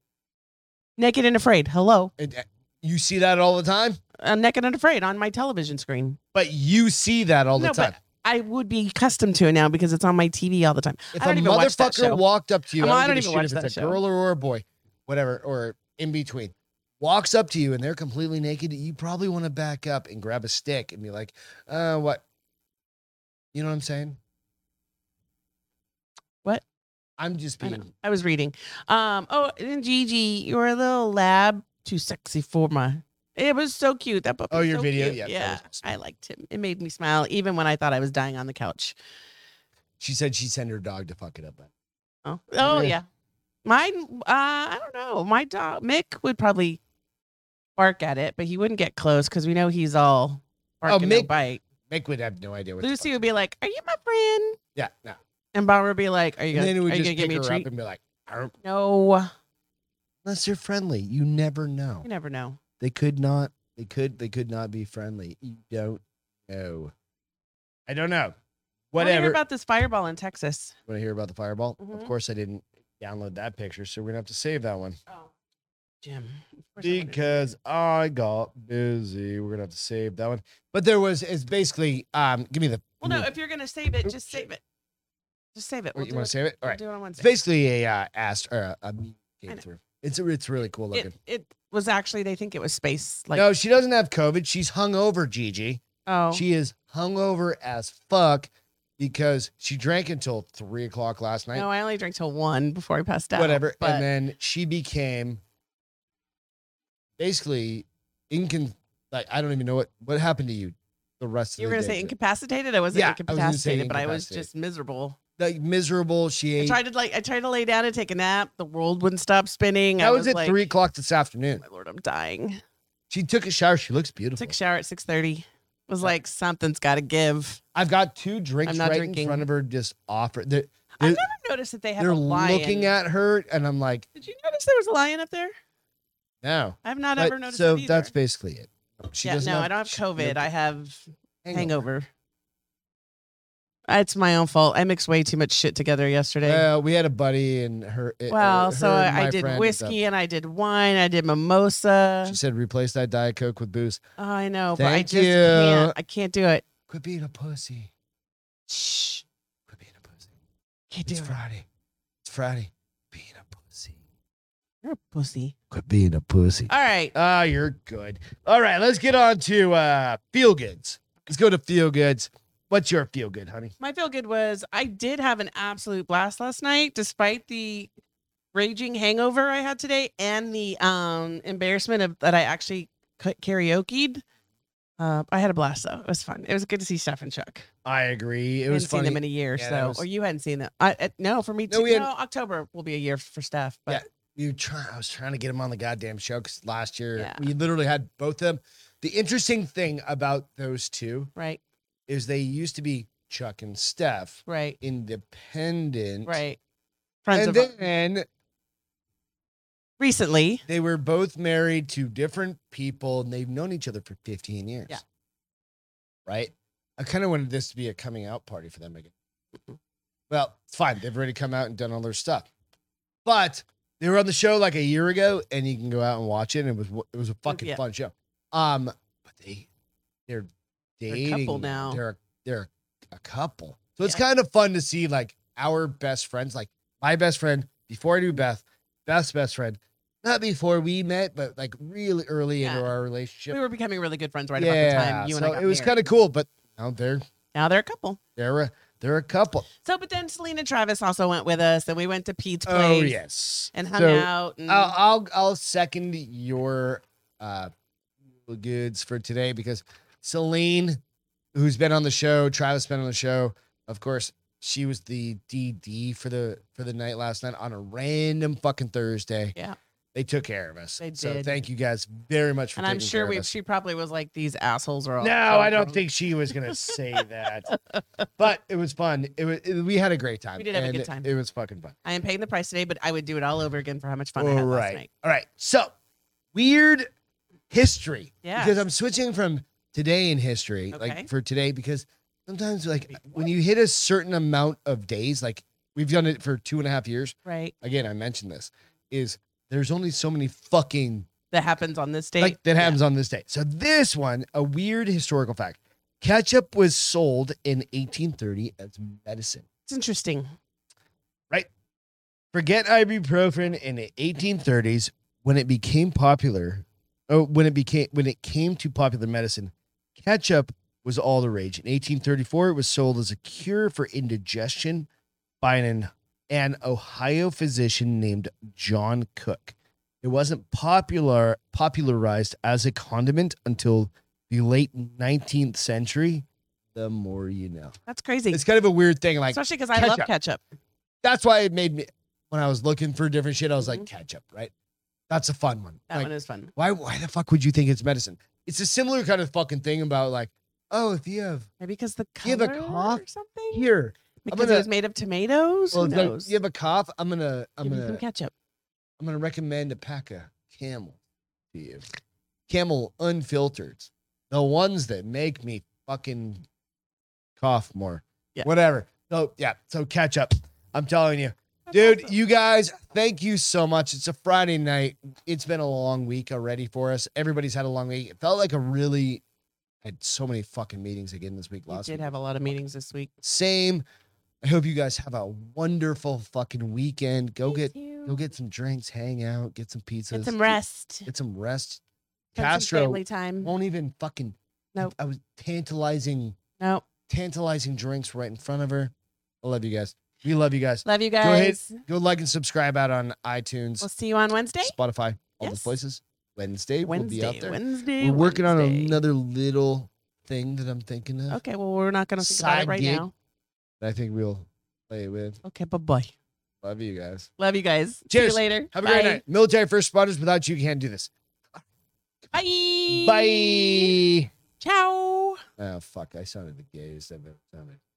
S1: Naked and afraid. Hello.
S2: And uh, you see that all the time,
S1: I'm naked and afraid on my television screen.
S2: but you see that all the
S1: No, but
S2: time.
S1: I would be accustomed to it now because it's on my TV all the time.
S2: If
S1: I don't
S2: a
S1: even watch that
S2: motherfucker
S1: show.
S2: walked up to you,
S1: Um,
S2: I don't, even watch if
S1: that
S2: it's a
S1: show.
S2: girl or a boy, whatever, or in between, walks up to you and they're completely naked, you probably want to back up and grab a stick and be like, uh, what? You know what I'm saying?
S1: What?
S2: I'm just
S1: I know.
S2: being.
S1: I was reading. Um. Oh, and Gigi, you were a little lab too sexy for my. It was so cute. That puppy.
S2: Oh,
S1: was
S2: your
S1: so
S2: video?
S1: cute.
S2: Yeah, that
S1: yeah.
S2: was awesome.
S1: I liked him. It made me smile, even when I thought I was dying on the couch.
S2: She said she'd send her dog to fuck it up. But
S1: Oh, oh
S2: Yeah.
S1: yeah. Mine, uh, I don't know. My dog, Mick, would probably bark at it, but he wouldn't get close because we know he's all bark and no
S2: Oh, Mick-
S1: bite.
S2: Mick would have no idea what. the
S1: Lucy
S2: fuck-
S1: would be like, Are you my friend?
S2: Yeah, no.
S1: And Bomber would be like, Are you
S2: And
S1: going
S2: then it would
S1: to
S2: just
S1: give
S2: pick
S1: me
S2: her
S1: a
S2: up
S1: treat?
S2: and be like, "Arr."
S1: No,
S2: unless you're friendly, you never know.
S1: you never know.
S2: They could not. They could. They could not be friendly. You don't know. I don't know.
S1: I wanna hear
S2: Whatever.
S1: about this fireball in Texas.
S2: Want to hear about the fireball? Of
S1: Mhm.
S2: course, I didn't download that picture, so we're gonna have to save that one
S1: Oh, Jim. Of course I wanna-
S2: because I got busy. We're gonna have to save that one. But there was. It's basically. Um, give me the.
S1: Well, no, if you're going to save it,
S2: Oops,
S1: just
S2: shit.
S1: save it. Just save it.
S2: Wait,
S1: We'll
S2: you
S1: do it.
S2: want to save it? All
S1: we'll
S2: right.
S1: do it on Wednesday.
S2: It's basically a uh, ast or a, a meat
S1: I
S2: game
S1: know.
S2: through. It's it's really cool looking.
S1: it, it was actually, they think it was space. Like,
S2: no, she doesn't have COVID. She's hungover, Gigi.
S1: oh,
S2: She is hungover as fuck because she drank until three o'clock last night.
S1: no, I only drank till one before I passed out.
S2: whatever.
S1: But
S2: and then she became basically incon. Like I don't even know what what happened to you. The rest
S1: You
S2: of
S1: were
S2: the
S1: gonna
S2: day.
S1: say incapacitated. I wasn't
S2: Yeah, I was gonna say
S1: incapacitated, but I was
S2: incapacitated.
S1: just miserable.
S2: like miserable. She
S1: I
S2: ate.
S1: tried to like I tried to lay down and take a nap. The world wouldn't stop spinning. I
S2: That was, at
S1: like, "Oh
S2: three o'clock this afternoon.
S1: My lord, I'm dying.
S2: She took a shower. She looks beautiful.
S1: Took a shower at six thirty. Was like something's got to give.
S2: I've got two drinks
S1: I'm not
S2: right in
S1: drinking.
S2: front of her. Just offer. They're,
S1: I've
S2: They're-
S1: never noticed that they have
S2: they're
S1: a lion.
S2: looking at her, and I'm like,
S1: Did you notice there was a lion up there?
S2: no.
S1: I've not
S2: But-
S1: ever noticed.
S2: so
S1: it either.
S2: that's basically it. She
S1: yeah.
S2: doesn't
S1: No,
S2: have-
S1: I don't have
S2: she-
S1: COVID. I have
S2: hangover.
S1: hangover. It's my own fault. I mixed way too much shit together yesterday.
S2: Well, we had a buddy and her. uh,
S1: Well, so
S2: her and
S1: I
S2: my
S1: I did
S2: friend is up.
S1: whiskey and I did wine. I did mimosa.
S2: She said, "Replace that diet coke with booze."
S1: Oh, I know, but I
S2: Thank
S1: just
S2: you.
S1: can't. I can't do it.
S2: Quit being a pussy.
S1: Shh,
S2: Quit being a pussy.
S1: can't do
S2: It's
S1: it.
S2: Friday. It's Friday. Being a pussy.
S1: You're a pussy.
S2: Quit being a pussy.
S1: All right.
S2: Ah, you're good. All right, let's get on to uh, feel goods. Let's go to feel goods. What's your feel good, honey?
S1: My feel good was I did have an absolute blast last night, despite the raging hangover I had today and the um embarrassment of that I actually ca- karaoke'd. Uh, I had a blast though. It was fun. It was good to see Steph and Chuck.
S2: I agree. It
S1: I
S2: was
S1: hadn't seen
S2: funny.
S1: them in a year,
S2: Yeah, that
S1: so
S2: was-
S1: or you hadn't seen them. I, uh, no, for me
S2: No,
S1: too. No,
S2: we had-
S1: October will be a year for Steph, but
S2: you try I was trying to get him on the goddamn show because last year
S1: Yeah.
S2: we literally had both of them. The interesting thing about those two
S1: right,
S2: is they used to be Chuck and Steph
S1: right,
S2: independent.
S1: right. Friends
S2: and
S1: of
S2: then
S1: recently.
S2: they were both married to different people and they've known each other for 15 years.
S1: Yeah.
S2: Right? I kind of wanted this to be a coming out party for them again.
S1: Mm-hmm.
S2: Well, it's fine. They've already come out and done all their stuff. But they were on the show like a year ago and you can go out and watch it. And it was it was a fucking
S1: Mm, Yeah.
S2: fun show. Um, but they they're
S1: a
S2: dating
S1: couple now.
S2: They're they're a couple. So it's
S1: Yeah.
S2: kind of fun to see like our best friends, like my best friend before I knew Beth, Beth's best friend, not before we met, but like really early into
S1: Yeah.
S2: our relationship.
S1: we were becoming really good friends right about the time you and I
S2: so
S1: got
S2: it was
S1: married.
S2: kind of cool, but now they're
S1: now they're a couple.
S2: they're a, they're a couple.
S1: So, but then Selena Travis also went with us, and we went to Pete's place
S2: Oh yes,
S1: and hung
S2: So,
S1: out. And
S2: I'll, I'll I'll second your uh goods for today because Celine, who's been on the show, Travis been on the show, of course. She was the DD for the for the night last night on a random fucking Thursday.
S1: Yeah.
S2: they took care of us.
S1: They
S2: So
S1: did.
S2: thank you guys very much for.
S1: and I'm
S2: taking care
S1: sure
S2: of
S1: we
S2: us.
S1: she probably was like, "These assholes are all."
S2: No, I don't think she was gonna say that. But it was fun. It was. it- we had a great time.
S1: We did have a
S2: and
S1: good time.
S2: It was fucking fun.
S1: I am paying the price today, but I would do it all over again for how much fun I
S2: All
S1: had last
S2: right.
S1: night.
S2: All right. So weird history.
S1: Yeah.
S2: Because I'm switching from today in history,
S1: Okay.
S2: like for today, because sometimes like
S1: Wait,
S2: when you hit a certain amount of days, like we've done it for two and a half years.
S1: Right,
S2: Again, I mentioned this is there's only so many fucking
S1: that happens on this date.
S2: like that
S1: Yeah.
S2: happens on this day. So this one, a weird historical fact: ketchup was sold in 1830 as medicine.
S1: It's interesting.
S2: Forget ibuprofen in the 1830s when it became popular. Oh, when it became when it came to popular medicine, ketchup was all the rage. In 1834, it was sold as a cure for indigestion by an an Ohio physician named John Cook. It wasn't popular popularized as a condiment until the late 19th century the more you know.
S1: That's crazy.
S2: It's kind of a weird thing. Like
S1: Especially because I love
S2: ketchup.
S1: ketchup.
S2: that's why it made me when I was looking for different shit. I was like
S1: Mhm.
S2: ketchup, right? That's a fun one.
S1: That
S2: Like,
S1: one is fun.
S2: why why the fuck would you think it's medicine? It's a similar kind of fucking thing about like, oh, if you have
S1: Maybe because the color
S2: You have a cough
S1: or something.
S2: here,
S1: because
S2: gonna-
S1: it was made of tomatoes.
S2: well,
S1: Who
S2: it's like,
S1: knows?
S2: you have a cough. I'm gonna I'm
S1: Give me some
S2: gonna
S1: ketchup.
S2: I'm gonna recommend a pack of Camel to you. Camel unfiltered, the ones that make me fucking cough more.
S1: Yeah.
S2: Whatever. So yeah, so ketchup. I'm telling you.
S1: That's
S2: Dude,
S1: awesome.
S2: you guys, thank you so much. It's a Friday night. It's been a long week already for us. Everybody's had a long week. It felt like a really I had so many fucking meetings again this week.
S1: You
S2: Last
S1: did
S2: week.
S1: have a lot of meetings this week.
S2: Same. I hope you guys have a wonderful fucking weekend. Go get go
S1: go
S2: get some drinks, hang out, get some pizzas,
S1: get some rest.
S2: get some rest.
S1: Spend some
S2: Castro
S1: family time.
S2: won't even fucking.
S1: Nope.
S2: I was tantalizing,
S1: No,
S2: tantalizing drinks right in front of her. I love you guys. We love you guys.
S1: love you
S2: ahead.
S1: guys.
S2: Go like and subscribe out on iTunes.
S1: We'll see you on Wednesday.
S2: Spotify, all those
S1: Yes.
S2: places. Wednesday,
S1: Wednesday,
S2: will be out there.
S1: Wednesday.
S2: We're working on
S1: Wednesday.
S2: another little thing that I'm thinking of
S1: Okay, well, we're not going to think about
S2: side
S1: it right
S2: gig.
S1: now.
S2: that I think we'll play with.
S1: Okay, bye bye.
S2: Love you guys.
S1: Love you guys.
S2: Cheers.
S1: See you later.
S2: Have a
S1: Bye.
S2: great night. Military first responders, without you, you can't do this.
S1: Bye.
S2: Bye.
S1: Ciao.
S2: Oh, fuck. I sounded the gayest I've ever sounded.